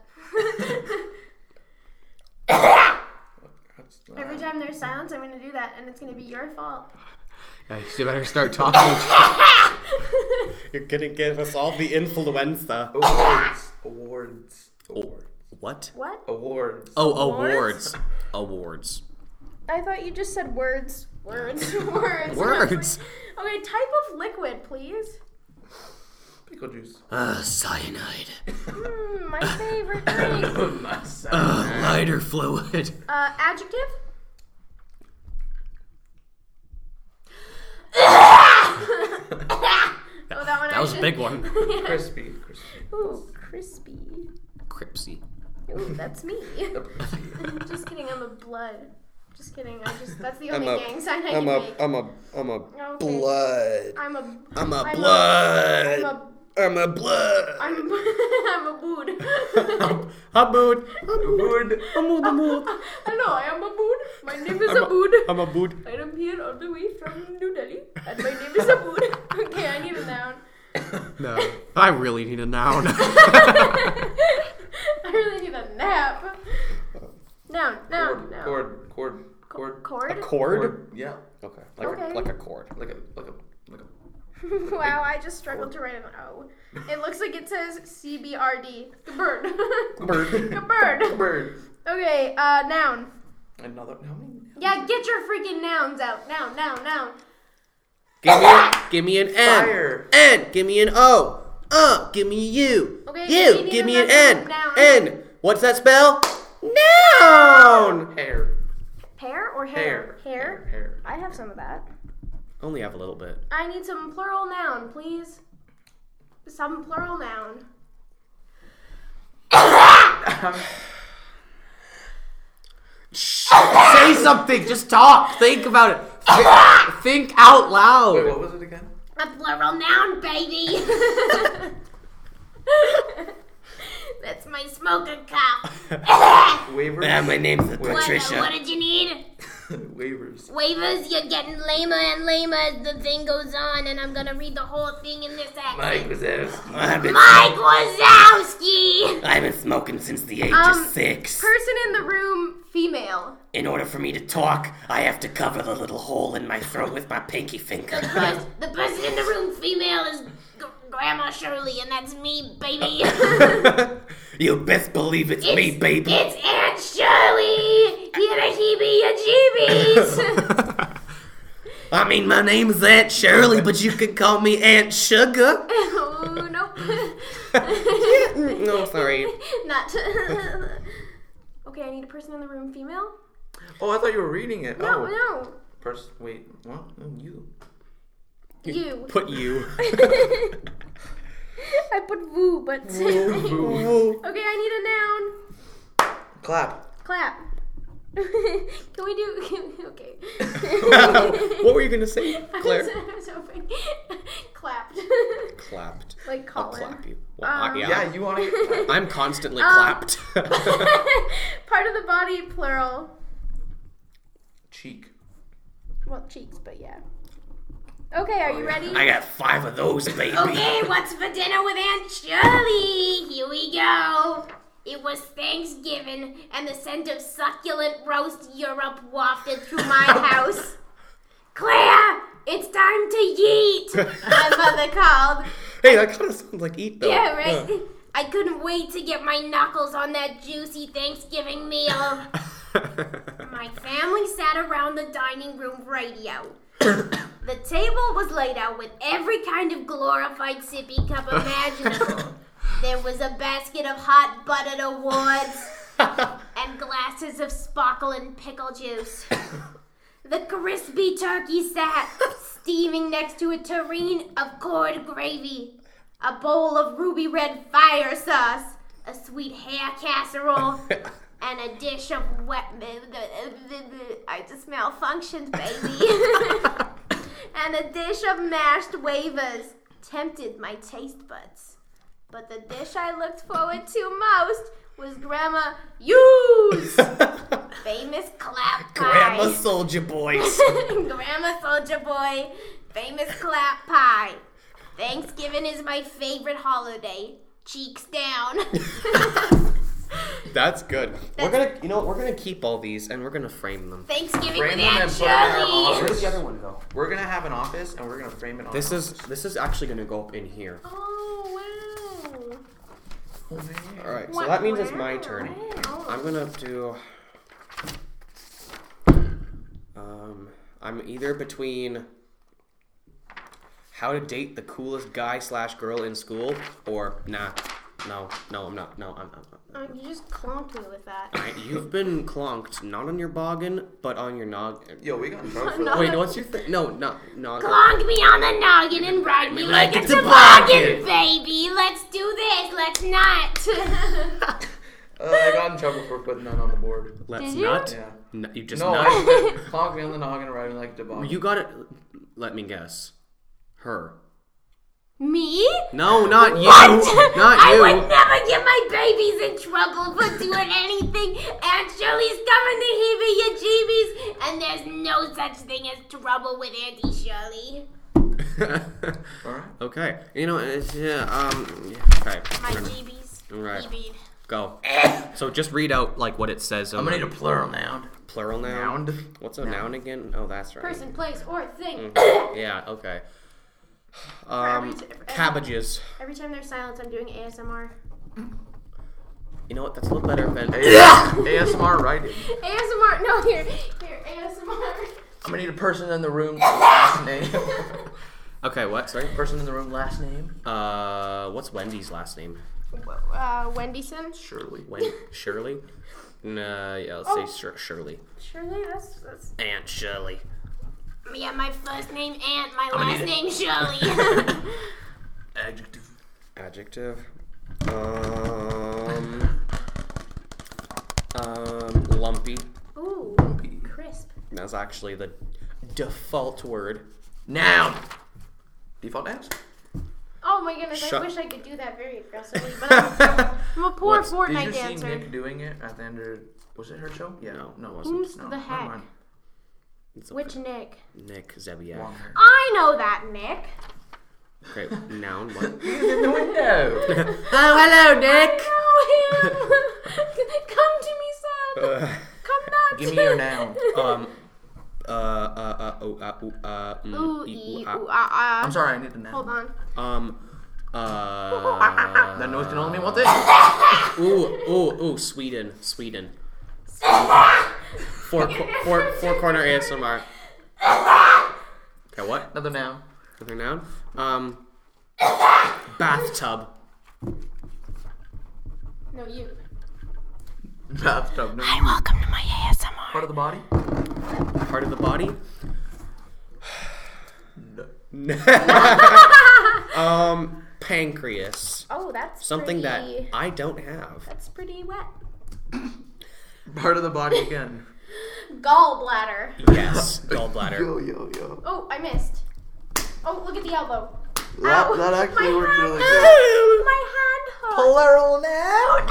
[laughs] That's Every not- time there's silence, I'm gonna do that, and it's gonna be your fault. Yeah, you better [laughs] start talking. You're gonna give us all the influenza. Awards. Awards. Awards. What? What? Awards. Oh, awards. Awards? Awards. I thought you just said words. Words. [laughs] words. Words. Okay, type of liquid, please. Pickle juice. Ah, cyanide. Mm, my favorite drink. Myself. lighter [laughs] fluid. Uh, adjective. oh, that one. That was a big one. [laughs] crispy. Crispy. Ooh, crispy. Cripsy. Ooh, that's me. [laughs] crispy. just kidding. I'm a blood. Just kidding. I just that's the only a- gang sign I can make. I'm a. I'm a. Okay. Blood. I'm a. I'm a I'm blood. I'm a. I'm a blood. I'm a. [laughs] I'm a bood. I [laughs] I'm mood. Wood. I'm on the mood. know. [laughs] I am a bood. My name is a bood. I'm a mood. I am here all the way from New Delhi, and my name is a bood. okay, I need a [laughs] noun. No, I really need a [laughs] [laughs] noun. I really need a nap. Noun. Noun. Cord, Noun. cord. Cord. Cord. Cord? Chord. Yeah. Okay. Like, Okay. A, like a chord. Like a. Like a. Like a. [laughs] wow, I just struggled to write an O. It looks like it says CBRD. The bird. Bird. bird. Bird. Okay, uh, noun. Another. How many? Yeah, get your freaking nouns out. Noun, noun, noun. Give me, a, give me an N. Fire. N. Give me an O. Uh. Give me a U. Okay, we U. need Give me an another N. noun. N. What's that spell? Noun. Hair. Pear or hair? Hair. Hair. Hair. I have some of that. Only have a little bit. I need some plural noun, please. Some plural noun. Say something. Just talk. Think about it. [laughs] Thi- Think out Wait, loud. what was it again? A plural noun, [laughs] baby. That's my smoker cup. Waivers. Uh, name's What did you need? [laughs] Waivers. Waivers, you're getting lamer and lamer as the thing goes on, and I'm gonna read the whole thing in this act. Mike was asked. I've been, Mike Wazowski! I've been smoking since the age Um, six. Person in the room, [laughs] female. In order for me to talk, I have to cover the little hole in my throat with my pinky finger. The, pers- the person in the room, female, is g- Grandma Shirley, and that's me, [laughs] baby. you best believe it's, me, It's- baby. It's Aunt Shirley. You're the heebie-jeebies. [laughs] I mean, my name's Aunt Shirley, but you could call me Aunt Sugar. oh, nope. [laughs] no, sorry. Not. [laughs] okay, I need a person in the room, female. Oh, I thought you were reading it. No, oh. no, First, wait. What? No, you. you. Put [laughs] you. I put woo, but [laughs] okay, I need a noun. Clap. Clap. [laughs] Can we do? [laughs] okay. [laughs] what were you gonna say, [laughs] I was, I was hoping. [laughs] Clapped. [laughs] Clapped. like I'll Colin. clap [laughs] you. Well, I- Um, yeah, Yeah, you want to get clapped. I'm constantly Um, [laughs] clapped. [laughs] Part of the body, plural. Cheek. Well, cheeks, but yeah. Okay, Oh, are you ready? I got five of those, baby. okay, what's for dinner with Aunt Shirley? Here we go. It was Thanksgiving, and the scent of succulent roast Europe wafted through [laughs] my house. Claire, it's time to [laughs] yeet, my mother called. [laughs] Hey, that kind of sounds like eat though. [laughs] Yeah, right? I couldn't wait to get my knuckles on that juicy Thanksgiving meal. My family sat around the dining room radio. the table was laid out with every kind of glorified sippy cup imaginable. there was a basket of hot buttered awards and glasses of sparkling pickle juice. the crispy turkey sat steaming next to a tureen of corn gravy, a bowl of ruby red fire sauce, a sweet hair casserole and a dish of wet. I just malfunctioned, baby. and a dish of mashed wafers tempted my taste buds. But the dish I looked forward to most was Grandma Yu's famous clap Grandma pie. Soldier Boys. [laughs] Grandma Soldier Boy, famous clap pie. Thanksgiving is my favorite holiday. [laughs] Cheeks down. That's good. we're gonna, you know, what, we're gonna keep all these and we're gonna frame them. Thanksgiving Frame with them Aunt and put them in our Shirley. Where did the other one go? We're gonna have an office, and we're gonna frame it. On This is this is actually gonna go up in here. Oh wow. Oh, man. All right, so that means it's my turn. Oh. I'm gonna do. Um, I'm either between how to date the coolest guy slash girl in school or nah, no, no, I'm not, no, I'm, I'm, Oh, you just clonked me with that. i You've been clonked, not on your boggin, but on your nog. Yo, [laughs] we got in trouble for No. that. Wait, no, what's your thing? No, no, no. Clonk me on the noggin and ride me like, like a a toboggan, baby. Let's do this. [laughs] Let's not. Uh, I got in trouble for putting that on the board. Let's Did you? not. Yeah. No, you just No, not. [laughs] I clog me on the noggin, riding like a debauch. You got it. Let me guess. Her. me? No, not you. [laughs] Not [laughs] I you. would never get my babies in trouble for doing anything. Aunt Shirley's coming to heebie your jeebies, and there's no such thing as trouble with Auntie Shirley. All right. [laughs] okay. You know, it's, yeah, um, yeah, okay. My We're gonna- jeebies. Right. Jeebied. Go. so just read out, like, what it says. I'm gonna need a plural noun. plural noun. Noun. What's a noun again? Oh, that's right. Person, place, or thing. Mm-hmm. Yeah, okay. every Um, t- every- cabbages. Every time there's silence, I'm doing ASMR. You know what? That's a little better than. ASMR writing. ASMR. No, here, here, ASMR. I'm gonna need a person in the room. Last [laughs] name. Okay, what? Sorry. person in the room. Last name. Uh, what's Wendy's last name? Uh, Wendyson. Shirley. Wen Shirley? Nah, yeah, let's say Shir- Shirley. Surely that's that's. Aunt Shirley. Yeah, my first name Aunt, my gonna last need name Shirley. [laughs] Adjective. Adjective. Um. Um, lumpy. Ooh, crisp. That's actually the default word. Noun. Default nouns. Oh my goodness, Shut- I wish I could do that very aggressively, [laughs] but I'm, I'm a poor What's- did Did Fortnite you see dancer. Nick doing it at the end of? Was it her show? Yeah. No, No. it wasn't. Who's No, the never heck? mind. It's a Which Nick? Nick Zebiak. [laughs] Wrong her. I know that Nick. Okay, noun. What? [laughs] In the [laughs] window. hello, Nick. I know him. [laughs] Come to me, Uh, son. Come back. Give me [laughs] your noun. um. Uh. Uh. Uh. Oh. Uh. ooh, Uh. mm, Ooh, ee, ee, ooh, ah. ooh, ah, I'm ah. sorry. I need a noun. Hold on. Um. Uh, That noise can only mean one thing. ooh, ooh, ooh, Sweden, Sweden. Four, co- four, four corner ASMR. Okay, what? Another noun. Another noun? Um, bathtub. No, you. Bathtub. No, you. [laughs] Welcome to my ASMR. Part of the body. Part of the body? [laughs] No. Um, pancreas. Oh, that's Something that pretty- I don't have. that's pretty wet. Part of the body again. Gallbladder. Yes, gallbladder. yo yo. Oh, I missed. Oh, look at the elbow. Ow. [laughs] My hand. My Plural noun. hand hurt.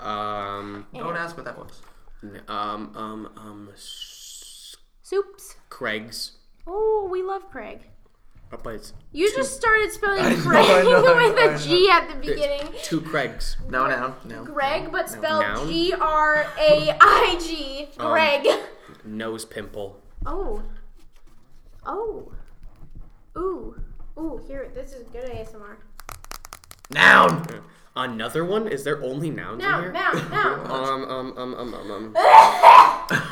Um, Don't ask what that was. n- um, um, um, s- Soups. Craig's. Oh, we love Craig. Up by its You just started spelling know, Craig [laughs] I know, I know. [laughs] with a G at the beginning. two Craig's. No noun. No. Greg, but Noun? Um. spelled G R A I G. Greg. Nose pimple. Oh. Oh. Ooh. Ooh, here, this is good ASMR. Noun. Another one? Is there only nouns in Now, here? now, [laughs] now. Um, um, um, um, um, um.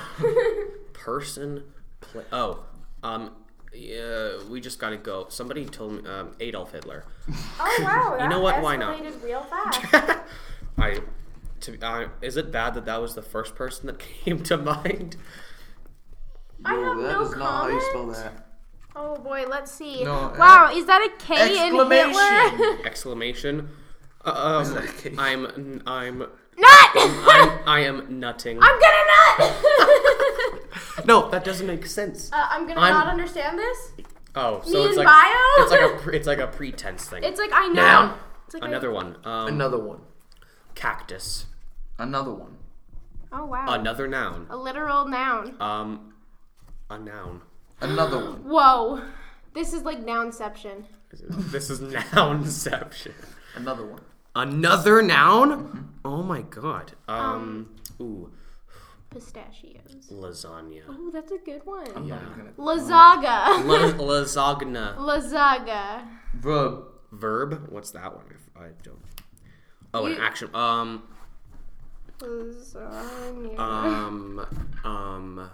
[laughs] Person. Pla- oh, um, yeah, we just gotta go. Somebody told me, um, Adolf [laughs] Hitler. Oh, wow. That You know what? Why not? escalated real fast. I, to, uh, is it bad that that was the first person that [laughs] came to mind? I have no comment. that. Oh boy, let's see. No, wow, is that a K in Hitler? [laughs] Exclamation. Exclamation. Uh, Is um, that a case? I'm, n- I'm, Nut! I'm, I am nutting. [laughs] I'm gonna [laughs] nut! no, that doesn't make sense. Uh, I'm gonna I'm- not understand this. oh, so Me it's in like, bio? it's like a, pre- it's like a pretense thing. It's like I know. Noun. It's like I- Another one. Um, Another one. Cactus. Another one. Oh wow. Another noun. a literal noun. Um, a noun. Another one. Whoa. This is like nounception. This is [laughs] nounception. Another one. Another noun? Oh my god. Um, ooh, Pistachios. lasagna. Oh, that's a good one. I'm not even gonna. [laughs] Lazaga. La- lasagna. Lazaga. Verb. Verb? What's that one? If I don't. Oh, an You- action. Um, Lasagna. um, um.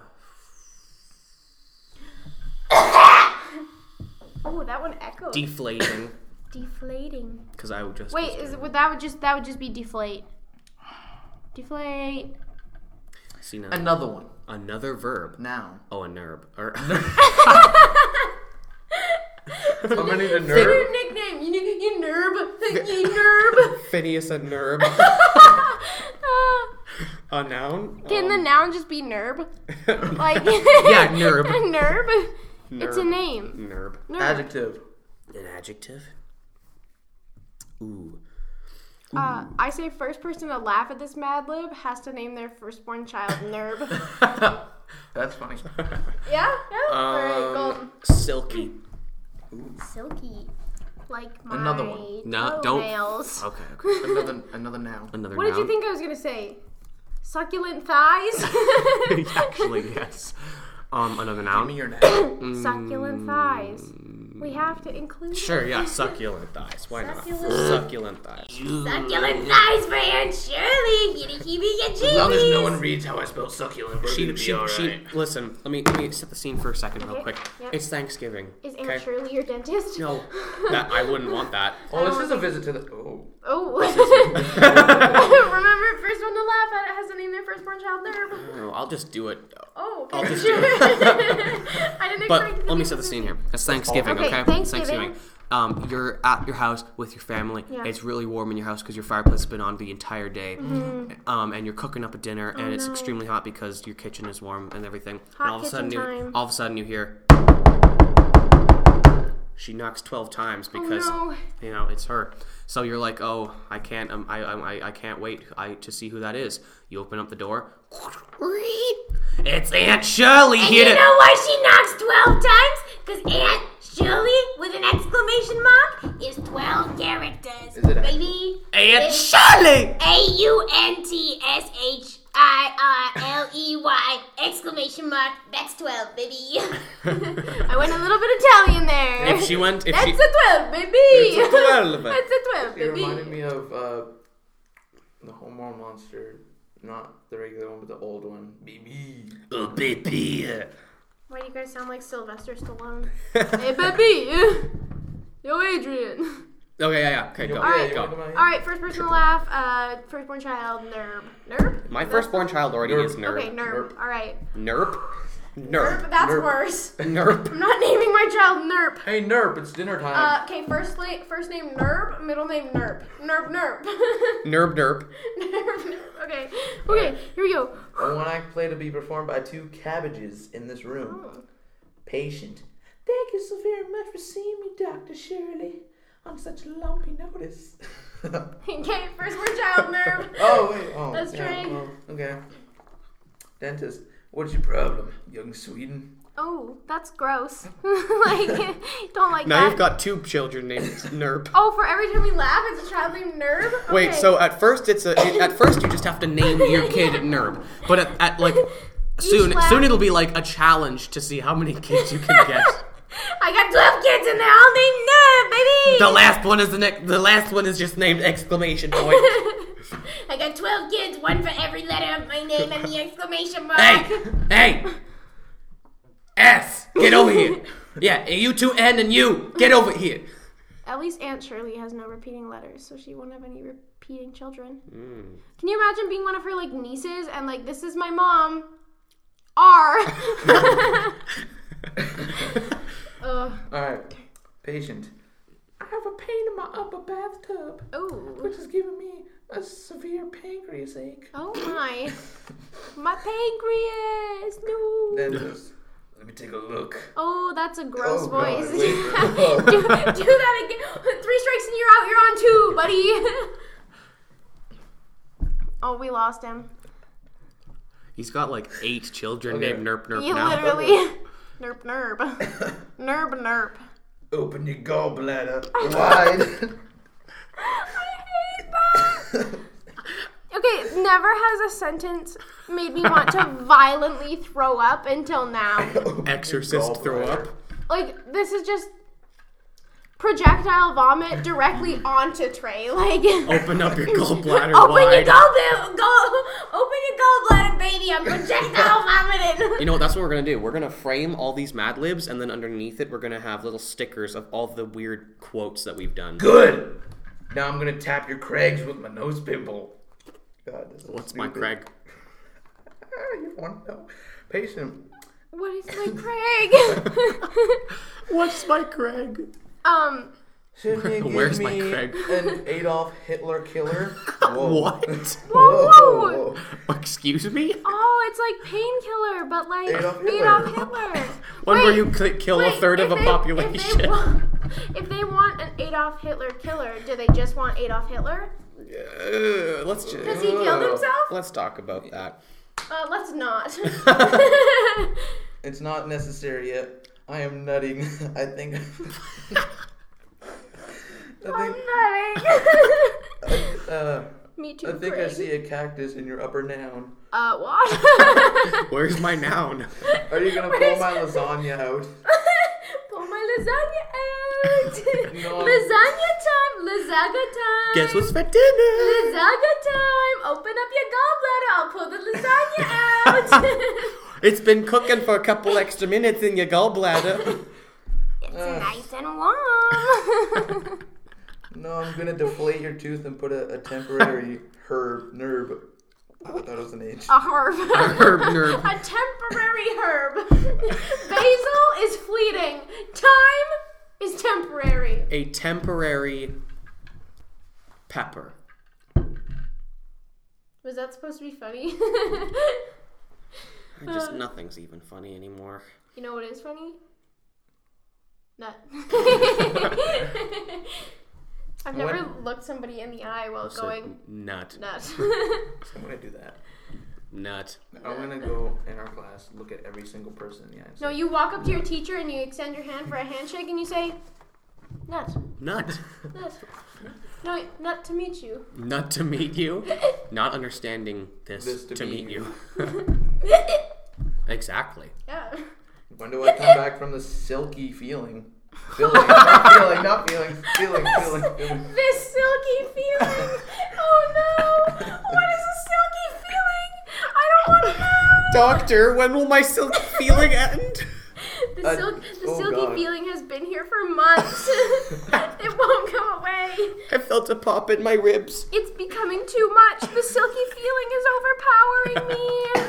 oh, that one echoed. Deflating. Deflating. Because I would just. Wait, is it, would that would just that would just be deflate? Deflate. See now. Another one. Another verb. Noun. Oh, a nerb. Or. [laughs] [laughs] I'm gonna need Your a nerve. nickname, you you, you nerb, you [laughs] nerb. Phineas a nerb. Ah. a noun? Can the noun just be nerb? Um, Like Yeah, [laughs] nerb. nerb. It's a Nerb. name. [laughs] Nerb. Nerb. Adjective. An adjective? [laughs] Ooh. Uh, I say first person to laugh at this Mad Lib has to name their firstborn child [laughs] Nerb. That's funny. yeah. Yeah. All right, golden. Um, silky. Silky. Like my another one. No, don't- toenails. Okay. okay. Another another noun. Another What did you noun. think I was gonna say? Succulent [laughs] thighs. [laughs] Actually, yes. Um, another Give me noun. your noun. Succulent thighs. We have to include. Mm, Sure, yeah, succulent thighs. Why not? Succulent thighs. Succulent thighs for Aunt Shirley. Yiddy keeby As long as yiddy. no one reads how I spell succulent, we're She, gonna be she, all she, right. listen, let me, let me set the scene for a second real Okay, quick. yeah. It's Thanksgiving. Is Aunt Shirley your dentist? No, that, I wouldn't want that. Oh, this is a visit to the. Oh. [laughs] [laughs] Oh. [laughs] Remember, first one to laugh at it has to name their firstborn child Nerb. No, I'll just do it. Oh, okay. [laughs] I'll just sure. do [laughs] I didn't expect But to let me be set the scene here. It's Thanksgiving, okay? Okay, Thanksgiving. Um, you're at your house with your family. Yeah. It's really warm in your house because your fireplace has been on the entire day. Mm-hmm. Um, and you're cooking up a dinner, and it's extremely hot because your kitchen is warm and everything. Oh, Hot and all of a sudden, kitchen you time. all of a sudden you hear. She knocks twelve times because Oh, no. you know it's her. So you're like, oh, I can't, um, I, I, I can't wait I, to see who that is. You open up the door. It's Aunt Shirley here. You to- know why she knocks 12 times? Because Aunt Shirley with an exclamation mark is 12 characters. Is it baby? Aunt It's Shirley! A U N T S H I R L E Y exclamation mark. That's 12, baby. [laughs] [laughs] [laughs] I went a little bit Italian there. [laughs] If she went, if That's she, a 12, baby. It's a 12. [laughs] That's a 12, It reminded baby. me of uh, the Homemore Monster, not the regular one, but the old one. BB. oh baby, Why do you guys sound like [laughs] Sylvester Stallone? hey, baby. [laughs] Yo, Adrian. [laughs] Okay, yeah, yeah. Okay, go. Alright. go. All right, first person to laugh. Uh, firstborn child, Nerb. Nerb? My firstborn child already Nerp. is Nerp. Okay, Nerb. All right. Nerp. Nerp, Nerp. that's Nerp. worse. Nerp. I'm not naming my child Nerp. Hey, Nerp, it's dinner time. Uh, okay, first, la- first name Nerb, middle name Nerp. Nerb, Nerb. [laughs] Nerp. Nerp. nerb, Nerb. Okay, okay, here we go. a one act play to be performed by two cabbages in this room. Oh. Patient. Thank you so very much for seeing me, Dr. Shirley, on such lumpy notice. [laughs] Okay, firstborn [laughs] child Nerb. oh, wait. Oh, That's right. well, okay. Dentist. What's your problem, young Sweden? Oh, that's gross. [laughs] like, [laughs] don't like Now that. you've got two children [laughs] named Nerp. oh, for every time we laugh, it's a child named Nerb. Wait, Okay. so at first it's a it, at first you just have to name [laughs] your kid Nerb, but at, at like soon laugh. soon it'll be like a challenge to see how many kids you can [laughs] get. I got twelve kids and they're all named Nerb, baby. the last one is the next. The last one is just named exclamation point. I got 12 kids, one for every letter of my name and the exclamation mark. hey, hey, S, get over here. Yeah, and you two N and you get over here. At least Aunt Shirley has no repeating letters, so she won't have any repeating children. Hmm. Can you imagine being one of her like nieces and like this is my mom, [laughs] R. [laughs] Ugh. Alright. Patient. I have a pain in my upper bathtub. oh, which is giving me a severe pancreas ache. oh my, my pancreas. [laughs] No. Dentist, let me take a look. [laughs] Oh, that's a gross Oh, God, voice. [laughs] wait. do, do that again. Three strikes and you're out. You're on two, buddy. [laughs] oh, we lost him. He's got like eight children Okay. named Nerp Nerp You now. literally. [laughs] Nerp, nerp. Nerb, nerp. Open your gallbladder [laughs] wide. Okay, never has a sentence made me want [laughs] to violently throw up until now. Open your Exorcist throw up. Like, this is just projectile vomit directly onto Trey. Like, Open up your gallbladder [laughs] Open your wide. Go, Bill, [laughs] go, open your gallbladder, baby. [laughs] I'm projectile vomiting. You know what? That's what we're gonna do. We're gonna frame all these Mad Libs, and then underneath it, we're gonna have little stickers of all the weird quotes that we've done. Good. Now I'm gonna tap your crags with my nose pimple. God, this is What's my stupid. Craig? Ah, you want to know? Patient. [laughs] what is my [laughs] Craig? What's my Craig? um, [laughs] Should you give where's my me Craig? An Adolf Hitler killer. [laughs] What? Whoa, whoa. Excuse me? oh, it's like painkiller, but like Adolf Adolf Hitler. Hitler. [laughs] One where Wait, you cl- kill Wait, a third of if a they- if they population. want- If they want an Adolf Hitler killer, do they just want Adolf Hitler? Uh, let's Because just he killed himself? let's talk about that. [laughs] Uh, let's not. [laughs] It's not necessary yet. I am nutting. [laughs] I think. I think. [laughs] Uh, [laughs] Me too. I think I Craig. see a cactus in your upper noun. Uh, [laughs] what? Where's my noun? Are you gonna blow my lasagna out? [laughs] Pull my lasagna out. No. Lasagna time. Lasagna time. Guess what's for dinner? Lasagna time. Open up your gallbladder. I'll pull the lasagna [laughs] out. It's been cooking for a couple extra minutes in your [laughs] gallbladder. Nice and warm. No, I'm gonna deflate your tooth and put a, a temporary herb nerve. That was an H. A herb. Herb nerve. A temporary herb. [laughs] Basil is fleeting. Time is temporary. A temporary pepper. Was that supposed to be funny? [laughs] I Just nothing's even funny anymore. you know what is funny? Nut. [laughs] I've What- never looked somebody in the eye while So, going nut, nuts. [laughs] I'm gonna do that. nut. I'm gonna go in our class, look at every single person in the eye. and no, say, you walk up to your teacher and you extend your hand for a handshake and you say, "Nut, Nut. nut, no, nut to meet you." [laughs] Not to meet you. Not understanding this, This to, meet you. [laughs] exactly. Yeah. When do I come back from the silky feeling? Feeling, not feeling, not feeling, [laughs] feeling, feeling, feeling. This silky feeling. Oh no! What is a silky feeling? I don't want to know. Doctor, when will my silky feeling [laughs] end? The, Uh, silk, the oh, silky God. feeling has been here for [laughs] months. [laughs] it won't go away. I felt a pop in my ribs. It's becoming too much. The silky feeling is overpowering me.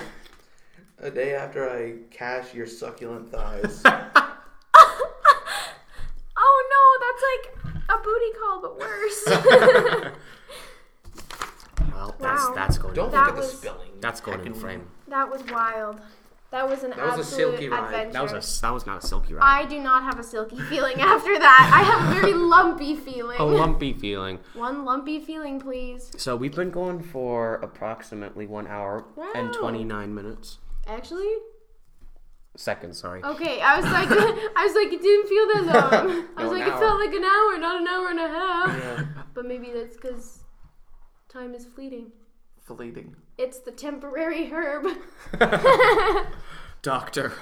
A day after I cash your succulent [laughs] thighs. [laughs] oh no, that's like a booty call, but worse. Well, that's Wow. that's going. Don't In, That look at was- the spelling. that's going in frame. that was wild. That was an was a absolute silky ride. adventure. That was a that was not a silky ride. I do not have a silky feeling after that. I have a very lumpy feeling. A lumpy feeling. One lumpy feeling, please. So we've been going for approximately one hour and Wow. twenty nine minutes. Actually, Seconds, sorry. okay. I was like, [laughs] I was like, it didn't feel that long. I No, was like, an it hour. felt like an hour, not an hour and a half. Yeah, But maybe that's because time is fleeting. fleeting. It's the temporary herb. [laughs] Doctor,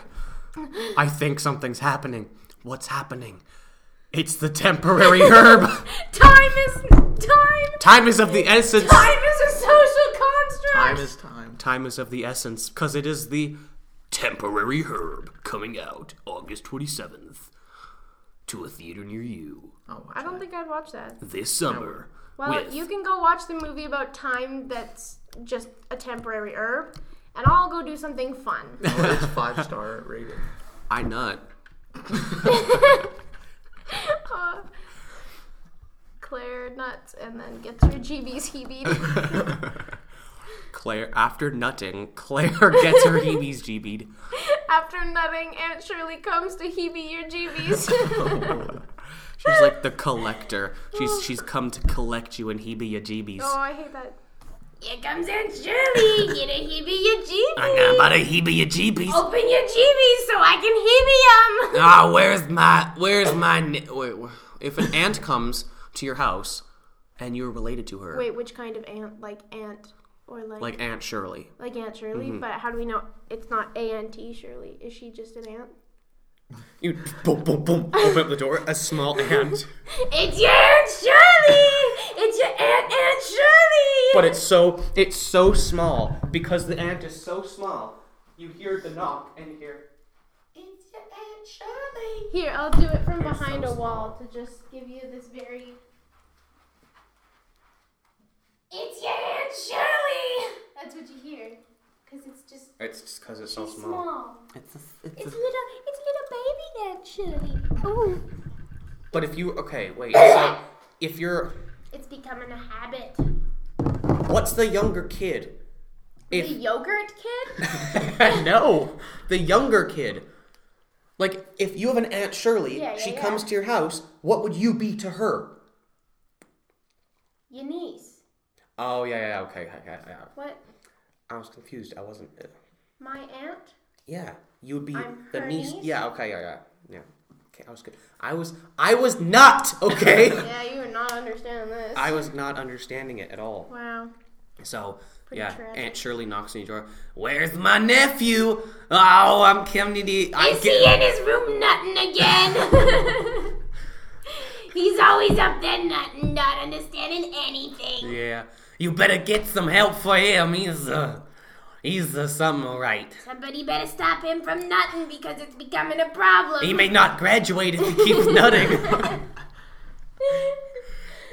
I think something's happening. What's happening? It's the [laughs] temporary herb. time is time. Time is of the essence. Time is a social construct. Time is time. Time is of the essence because it is the temporary herb coming out August 27th to a theater near you Oh, I [laughs] don't think I'd watch that. this summer. Well, with you can go watch the movie about time that's just a temporary herb, and I'll go do something fun. [laughs] it's five star rated. I nut. Uh, Claire nuts and then gets her [laughs] GB's heebie. [laughs] Claire, after nutting, Claire [laughs] gets her heebies GB'd. After nutting, Aunt Shirley comes to heebie your GB's. [laughs] She's like the collector. She's she's come to collect you and heebie your GBs. oh, I hate that. Here comes Aunt Shirley. Get a heebie your I'm gonna jeebie. buy a heebie your GBs. Open your jeebies so I can um. heebie 'em. Ah, where's my where's my ni- wait, wh- if an aunt comes to your house and you're related to her, Wait, which kind of aunt? Like aunt or like like, like Aunt Shirley, Aunt Shirley? But how do we know it's not A N T Shirley? Is she just an aunt? you boom boom boom open up the door, a small aunt, It's your Aunt Shirley. It's your Aunt Aunt Shirley. but it's so it's so small because the aunt is so small. You hear the knock and you hear. It's your Aunt Shirley. Here, I'll do it from behind a wall to just give you this very. It's your Aunt Shirley. That's what you hear, because it's just It's just because it's so small. small. It's, a, it's, It's a, little, it's little baby Aunt Shirley. Ooh, but if you okay wait so if you're it's becoming a habit. what's the younger kid? If The yogurt kid? [laughs] no, the younger kid. Like, if you have an Aunt Shirley, Yeah, yeah, she yeah. comes to your house, what would you be to her? Your niece. Oh, yeah, yeah, okay, okay, yeah, yeah. What? I was confused. I wasn't. uh, My aunt? Yeah, you would be I'm the her niece. niece? Yeah, okay, yeah, yeah, yeah. Okay, I was good. I was, I was [laughs] not okay. Yeah, you would not understand this. I was not understanding it at all. wow. So yeah, tragic. Aunt Shirley knocks on your door. Where's my nephew? Oh, I'm coming to. I Is he in his room nutting [laughs] again? He's always up there nutting, not understanding anything. Yeah, you better get some help for him. He's uh, he's uh, something alright. Somebody better stop him from nutting because it's becoming a problem. He may not graduate if he keeps nutting. [laughs]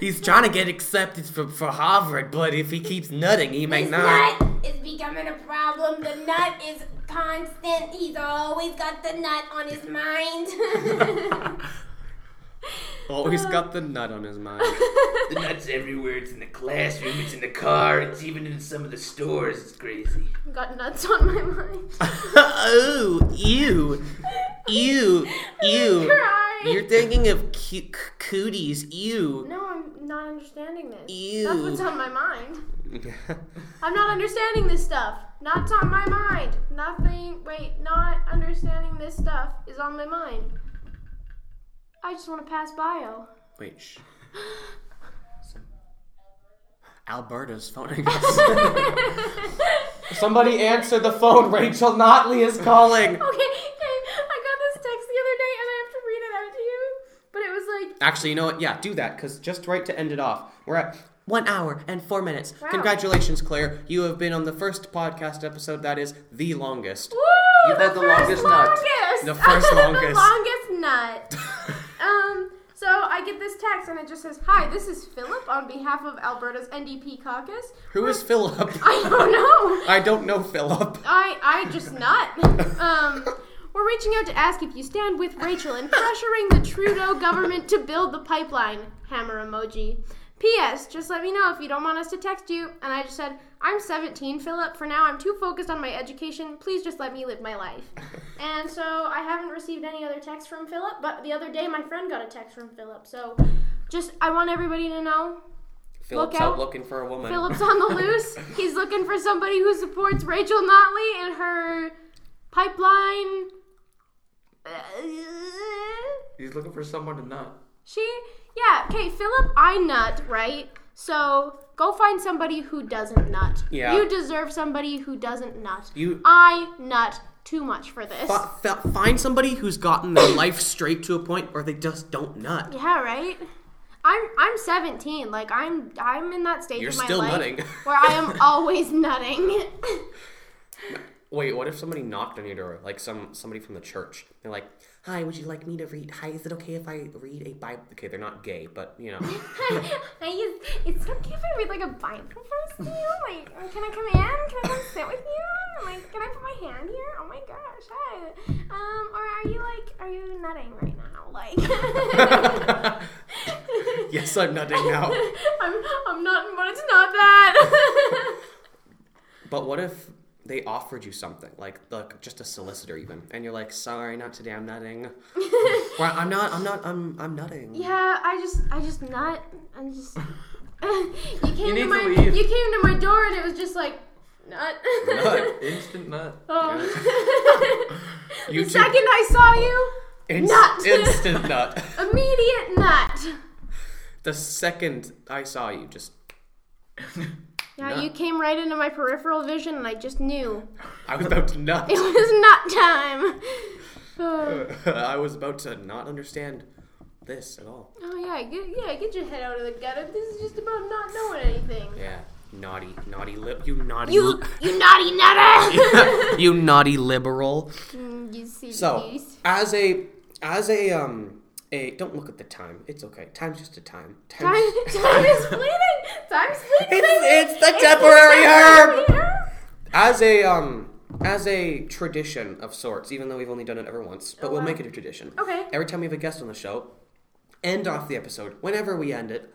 he's trying to get accepted for, for Harvard, but if he keeps nutting, he may [laughs] His not. nut is becoming a problem. The nut is constant. He's always got the nut on his mind. [laughs] [laughs] Oh, he's got the nut on his [laughs] mind. The nuts everywhere. It's in the classroom. It's in the car. It's even in some of the stores. It's crazy. Got nuts on my [laughs] mind. oh, ew, ew, ew. Cry. [laughs] You're thinking of cu- c- cooties, ew. No, I'm understanding this. Ew. That's what's on my mind. I'm not understanding this stuff. Not on my mind. Nothing. Wait, not understanding this stuff is on my mind. I just want to pass bio. [laughs] [laughs] Wait. Shh. Alberta's phoning [laughs] us. Somebody answer the phone. Rachel Notley is [laughs] calling. Okay, okay. I got this text the other day and I have to read it out to you. But it was like, Actually, you know what? Yeah, do that because just right to end it off. We're at one hour and four minutes. Congratulations, Claire. You have been on the first podcast episode that is the [laughs] longest. woo! You've had the longest nut. longest. The first [laughs] the longest. longest nut. Um, so I get this text and it just says, Hi, this is Philip on behalf of Alberta's NDP caucus. Who is Philip? I don't know. I don't know Philip. I I just not. Um, we're reaching out to ask if you stand with Rachel in pressuring the Trudeau government to build the pipeline. Hammer emoji. P.S. Just let me know if you don't want us to text you. And I just said, I'm 17, Philip. For now, I'm too focused on my education. Please just let me live my life. And so I haven't received any other text from Philip, but the other day my friend got a text from Philip. So just, I want everybody to know Philip's out. out looking for a woman. Philip's on the loose. He's looking for somebody who supports Rachel Notley and her pipeline. Uh, He's looking for someone to nut. She, yeah, okay, Philip, I nut, right? So go find somebody who doesn't nut. Yeah. You deserve somebody who doesn't nut. You I nut too much for this. fi- fi- find somebody who's gotten their life straight to a point where they just don't nut. Yeah, right. I'm I'm 17. Like I'm I'm in that stage You're of my still life nutting. where [laughs] I am always nutting. [laughs] Wait, what if somebody knocked on your door? Like some somebody from the church. They're like, "Hi, would you like me to read? Hi, is it okay if I read a Bible?" Okay, they're not gay, but you know. [laughs] I use, it's okay if I read like a Bible verse to you. Like, can I come in? Can I come sit with you? Like, can I put my hand here? Oh my gosh, hi. Um, or are you like, are you nutting right now? Like, [laughs] [laughs] yes, I'm nutting now. I'm, I'm not, but it's not that. [laughs] But what if they offered you something, like like just a solicitor even, and you're like, "Sorry, not today. I'm nutting." [laughs] well, I'm not. I'm not. I'm. I'm nutting. [laughs] yeah, I just, I just nut. I'm just. [laughs] you came to need to my, leave. you came to my door and it was just like, nut. [laughs] Nut. Instant nut. oh. You [laughs] two- the second I saw you. Inst- [laughs] Nut. Instant [laughs] nut. Immediate nut. the second I saw you, just Yeah, Nut. you came right into my peripheral vision, and I just knew [laughs] I was [laughs] about to nut. it was nut time. [sighs] Uh, I was about to not understand this at all. oh yeah, get, yeah, get your head out of the gutter. This is just about not knowing anything. Yeah, naughty, naughty lip. You naughty. You, you naughty [laughs] nutter! li- [laughs] you naughty liberal. Mm, you see So these? as a as a um a don't look at the time. It's okay. Time's just a time. [laughs] Time, Time's time [laughs] is fleeting. Time's fleeting. It's- it's the the temporary herb. herb. [laughs] as a um as a tradition of sorts, even though we've only done it ever once, but we'll Oh, wow. make it a tradition. Okay. Every time we have a guest on the show, end off the episode. Whenever we end it,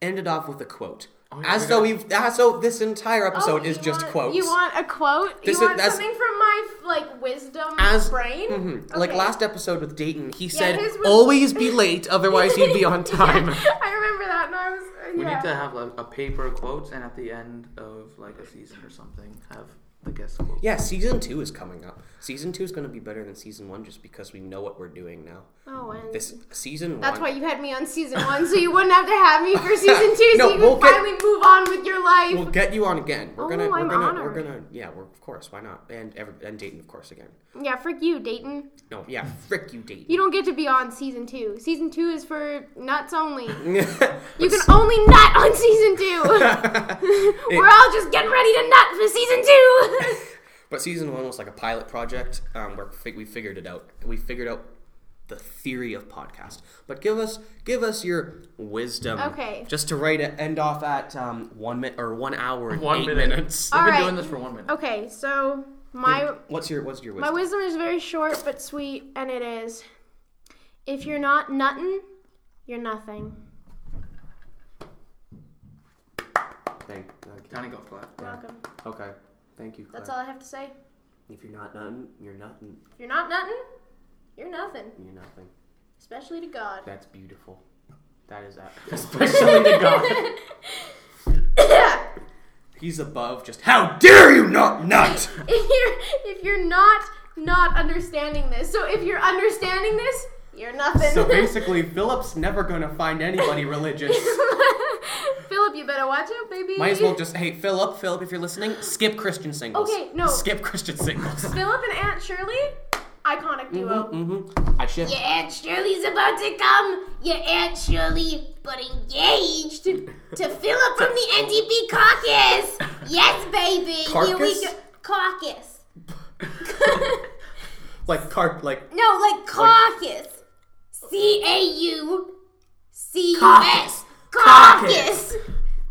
end it off with a quote. yeah, as we're though gonna- we've as though this entire Oh, episode is you just want- quotes. You want a quote? This is- you want that's- something from my like wisdom As- brain? [laughs] Mhm. Like Okay. last episode with Dayton, he said, his was- "Always be [laughs] late, otherwise you'd be on time." I remember that, and I was. We yeah. need to have like, a paper quotes, and at the end of like a season or something, have the guest quote. Yeah, season two is coming up. Season two is going to be better than season one just because we know what we're doing now. Oh, and This season that's why one, you had me on season one, so you wouldn't have to have me for season two, [laughs] No, so you we'll could get- finally move on with your life. we'll get you on again. We're gonna, Oh, we're I'm gonna, we're honored. gonna, yeah, we're of course, why not? And every, and Dayton, of course, again. yeah, frick you, Dayton. No, yeah, [laughs] frick you, Dayton. You don't get to be on season two. Season two is for nuts only. You [laughs] you can only nut on [laughs] season two. [laughs] We're all just getting ready to nut for season two. [laughs] But season one was like a pilot project. Um, where fi- we figured it out. We figured out the theory of podcast. But give us give us your wisdom. Okay. Just to write it, end off at um, one minute or one hour and One eight minute. minutes. All We've been right. Oh. doing this for one minute. okay, so my What's your what's your my wisdom? wisdom is very short but sweet, and it is: if you're not nuttin', you're nothing. Thank, Johnny golf clap. Welcome. Okay. Thank you. That's all I have to say. If you're not nothing, you're nothing. If you're not nothing, you're nothing, You're nothing. especially to God. That's beautiful. That is [laughs] that. Especially to God. He's above just, how dare you not nut? if you're if you're not not understanding this, so if you're understanding this, you're nothing. So basically, Philip's never gonna find anybody religious. [laughs] Philip, you better watch out, baby. Might as well just, hey, Philip, Philip, if you're listening, skip Christian singles. Okay, no. Skip Christian singles. Philip and Aunt Shirley, iconic duo. mm-hmm. I shift. Your Aunt Shirley's about to come. Your Aunt Shirley, but engaged to Philip from the NDP caucus. Yes, baby. Here we Carcass? go. Caucus. Like, carp, like, No, like caucus. C A U C U S. Caucus.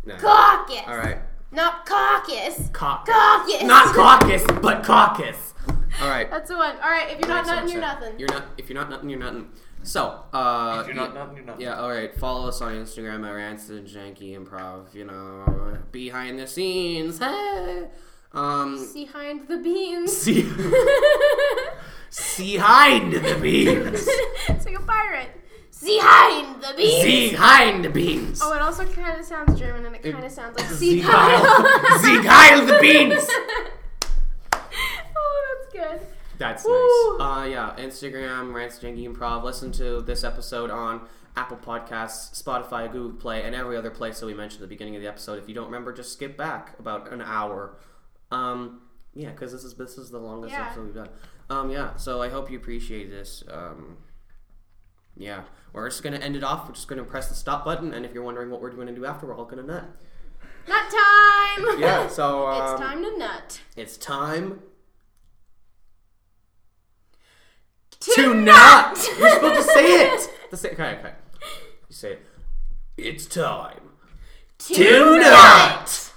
no. Caucus. All right. Not caucus. Cock. Caucus. Not caucus, but caucus. All right. That's the one. All right, if you're not Makes nothing, you're sense. nothing. You're not. If you're not nothing, you're nothing. So, uh, You're not, yeah, not, you're not. yeah, all right. Follow us on Instagram at Rants and Janky Improv. You know, behind the scenes. Hey. Um, Behind the beans. [laughs] see, see behind the beams. it's like a pirate. Behind the beat. See behind the beams. Oh, it also kind of sounds German, and it kind of sounds like See sea [laughs] Kyle. See Kyle the beams. Oh, that's good. That's Woo. nice. Uh, yeah, Instagram, Rants Janky Improv. Listen to this episode on Apple Podcasts, Spotify, Google Play, and every other place that we mentioned at the beginning of the episode. If you don't remember, just skip back about an hour. Um, yeah, because this is this is the longest Yeah. episode we've done. Um, yeah, so I hope you appreciate this. Um, yeah, we're just gonna end it off. We're just gonna press the stop button, and if you're wondering what we're gonna do after, we're all gonna nut. Nut time. Yeah, so um, [laughs] it's time to nut. It's time To, to not. You're supposed to say it. The say, okay, okay. You say it. It's time to, not.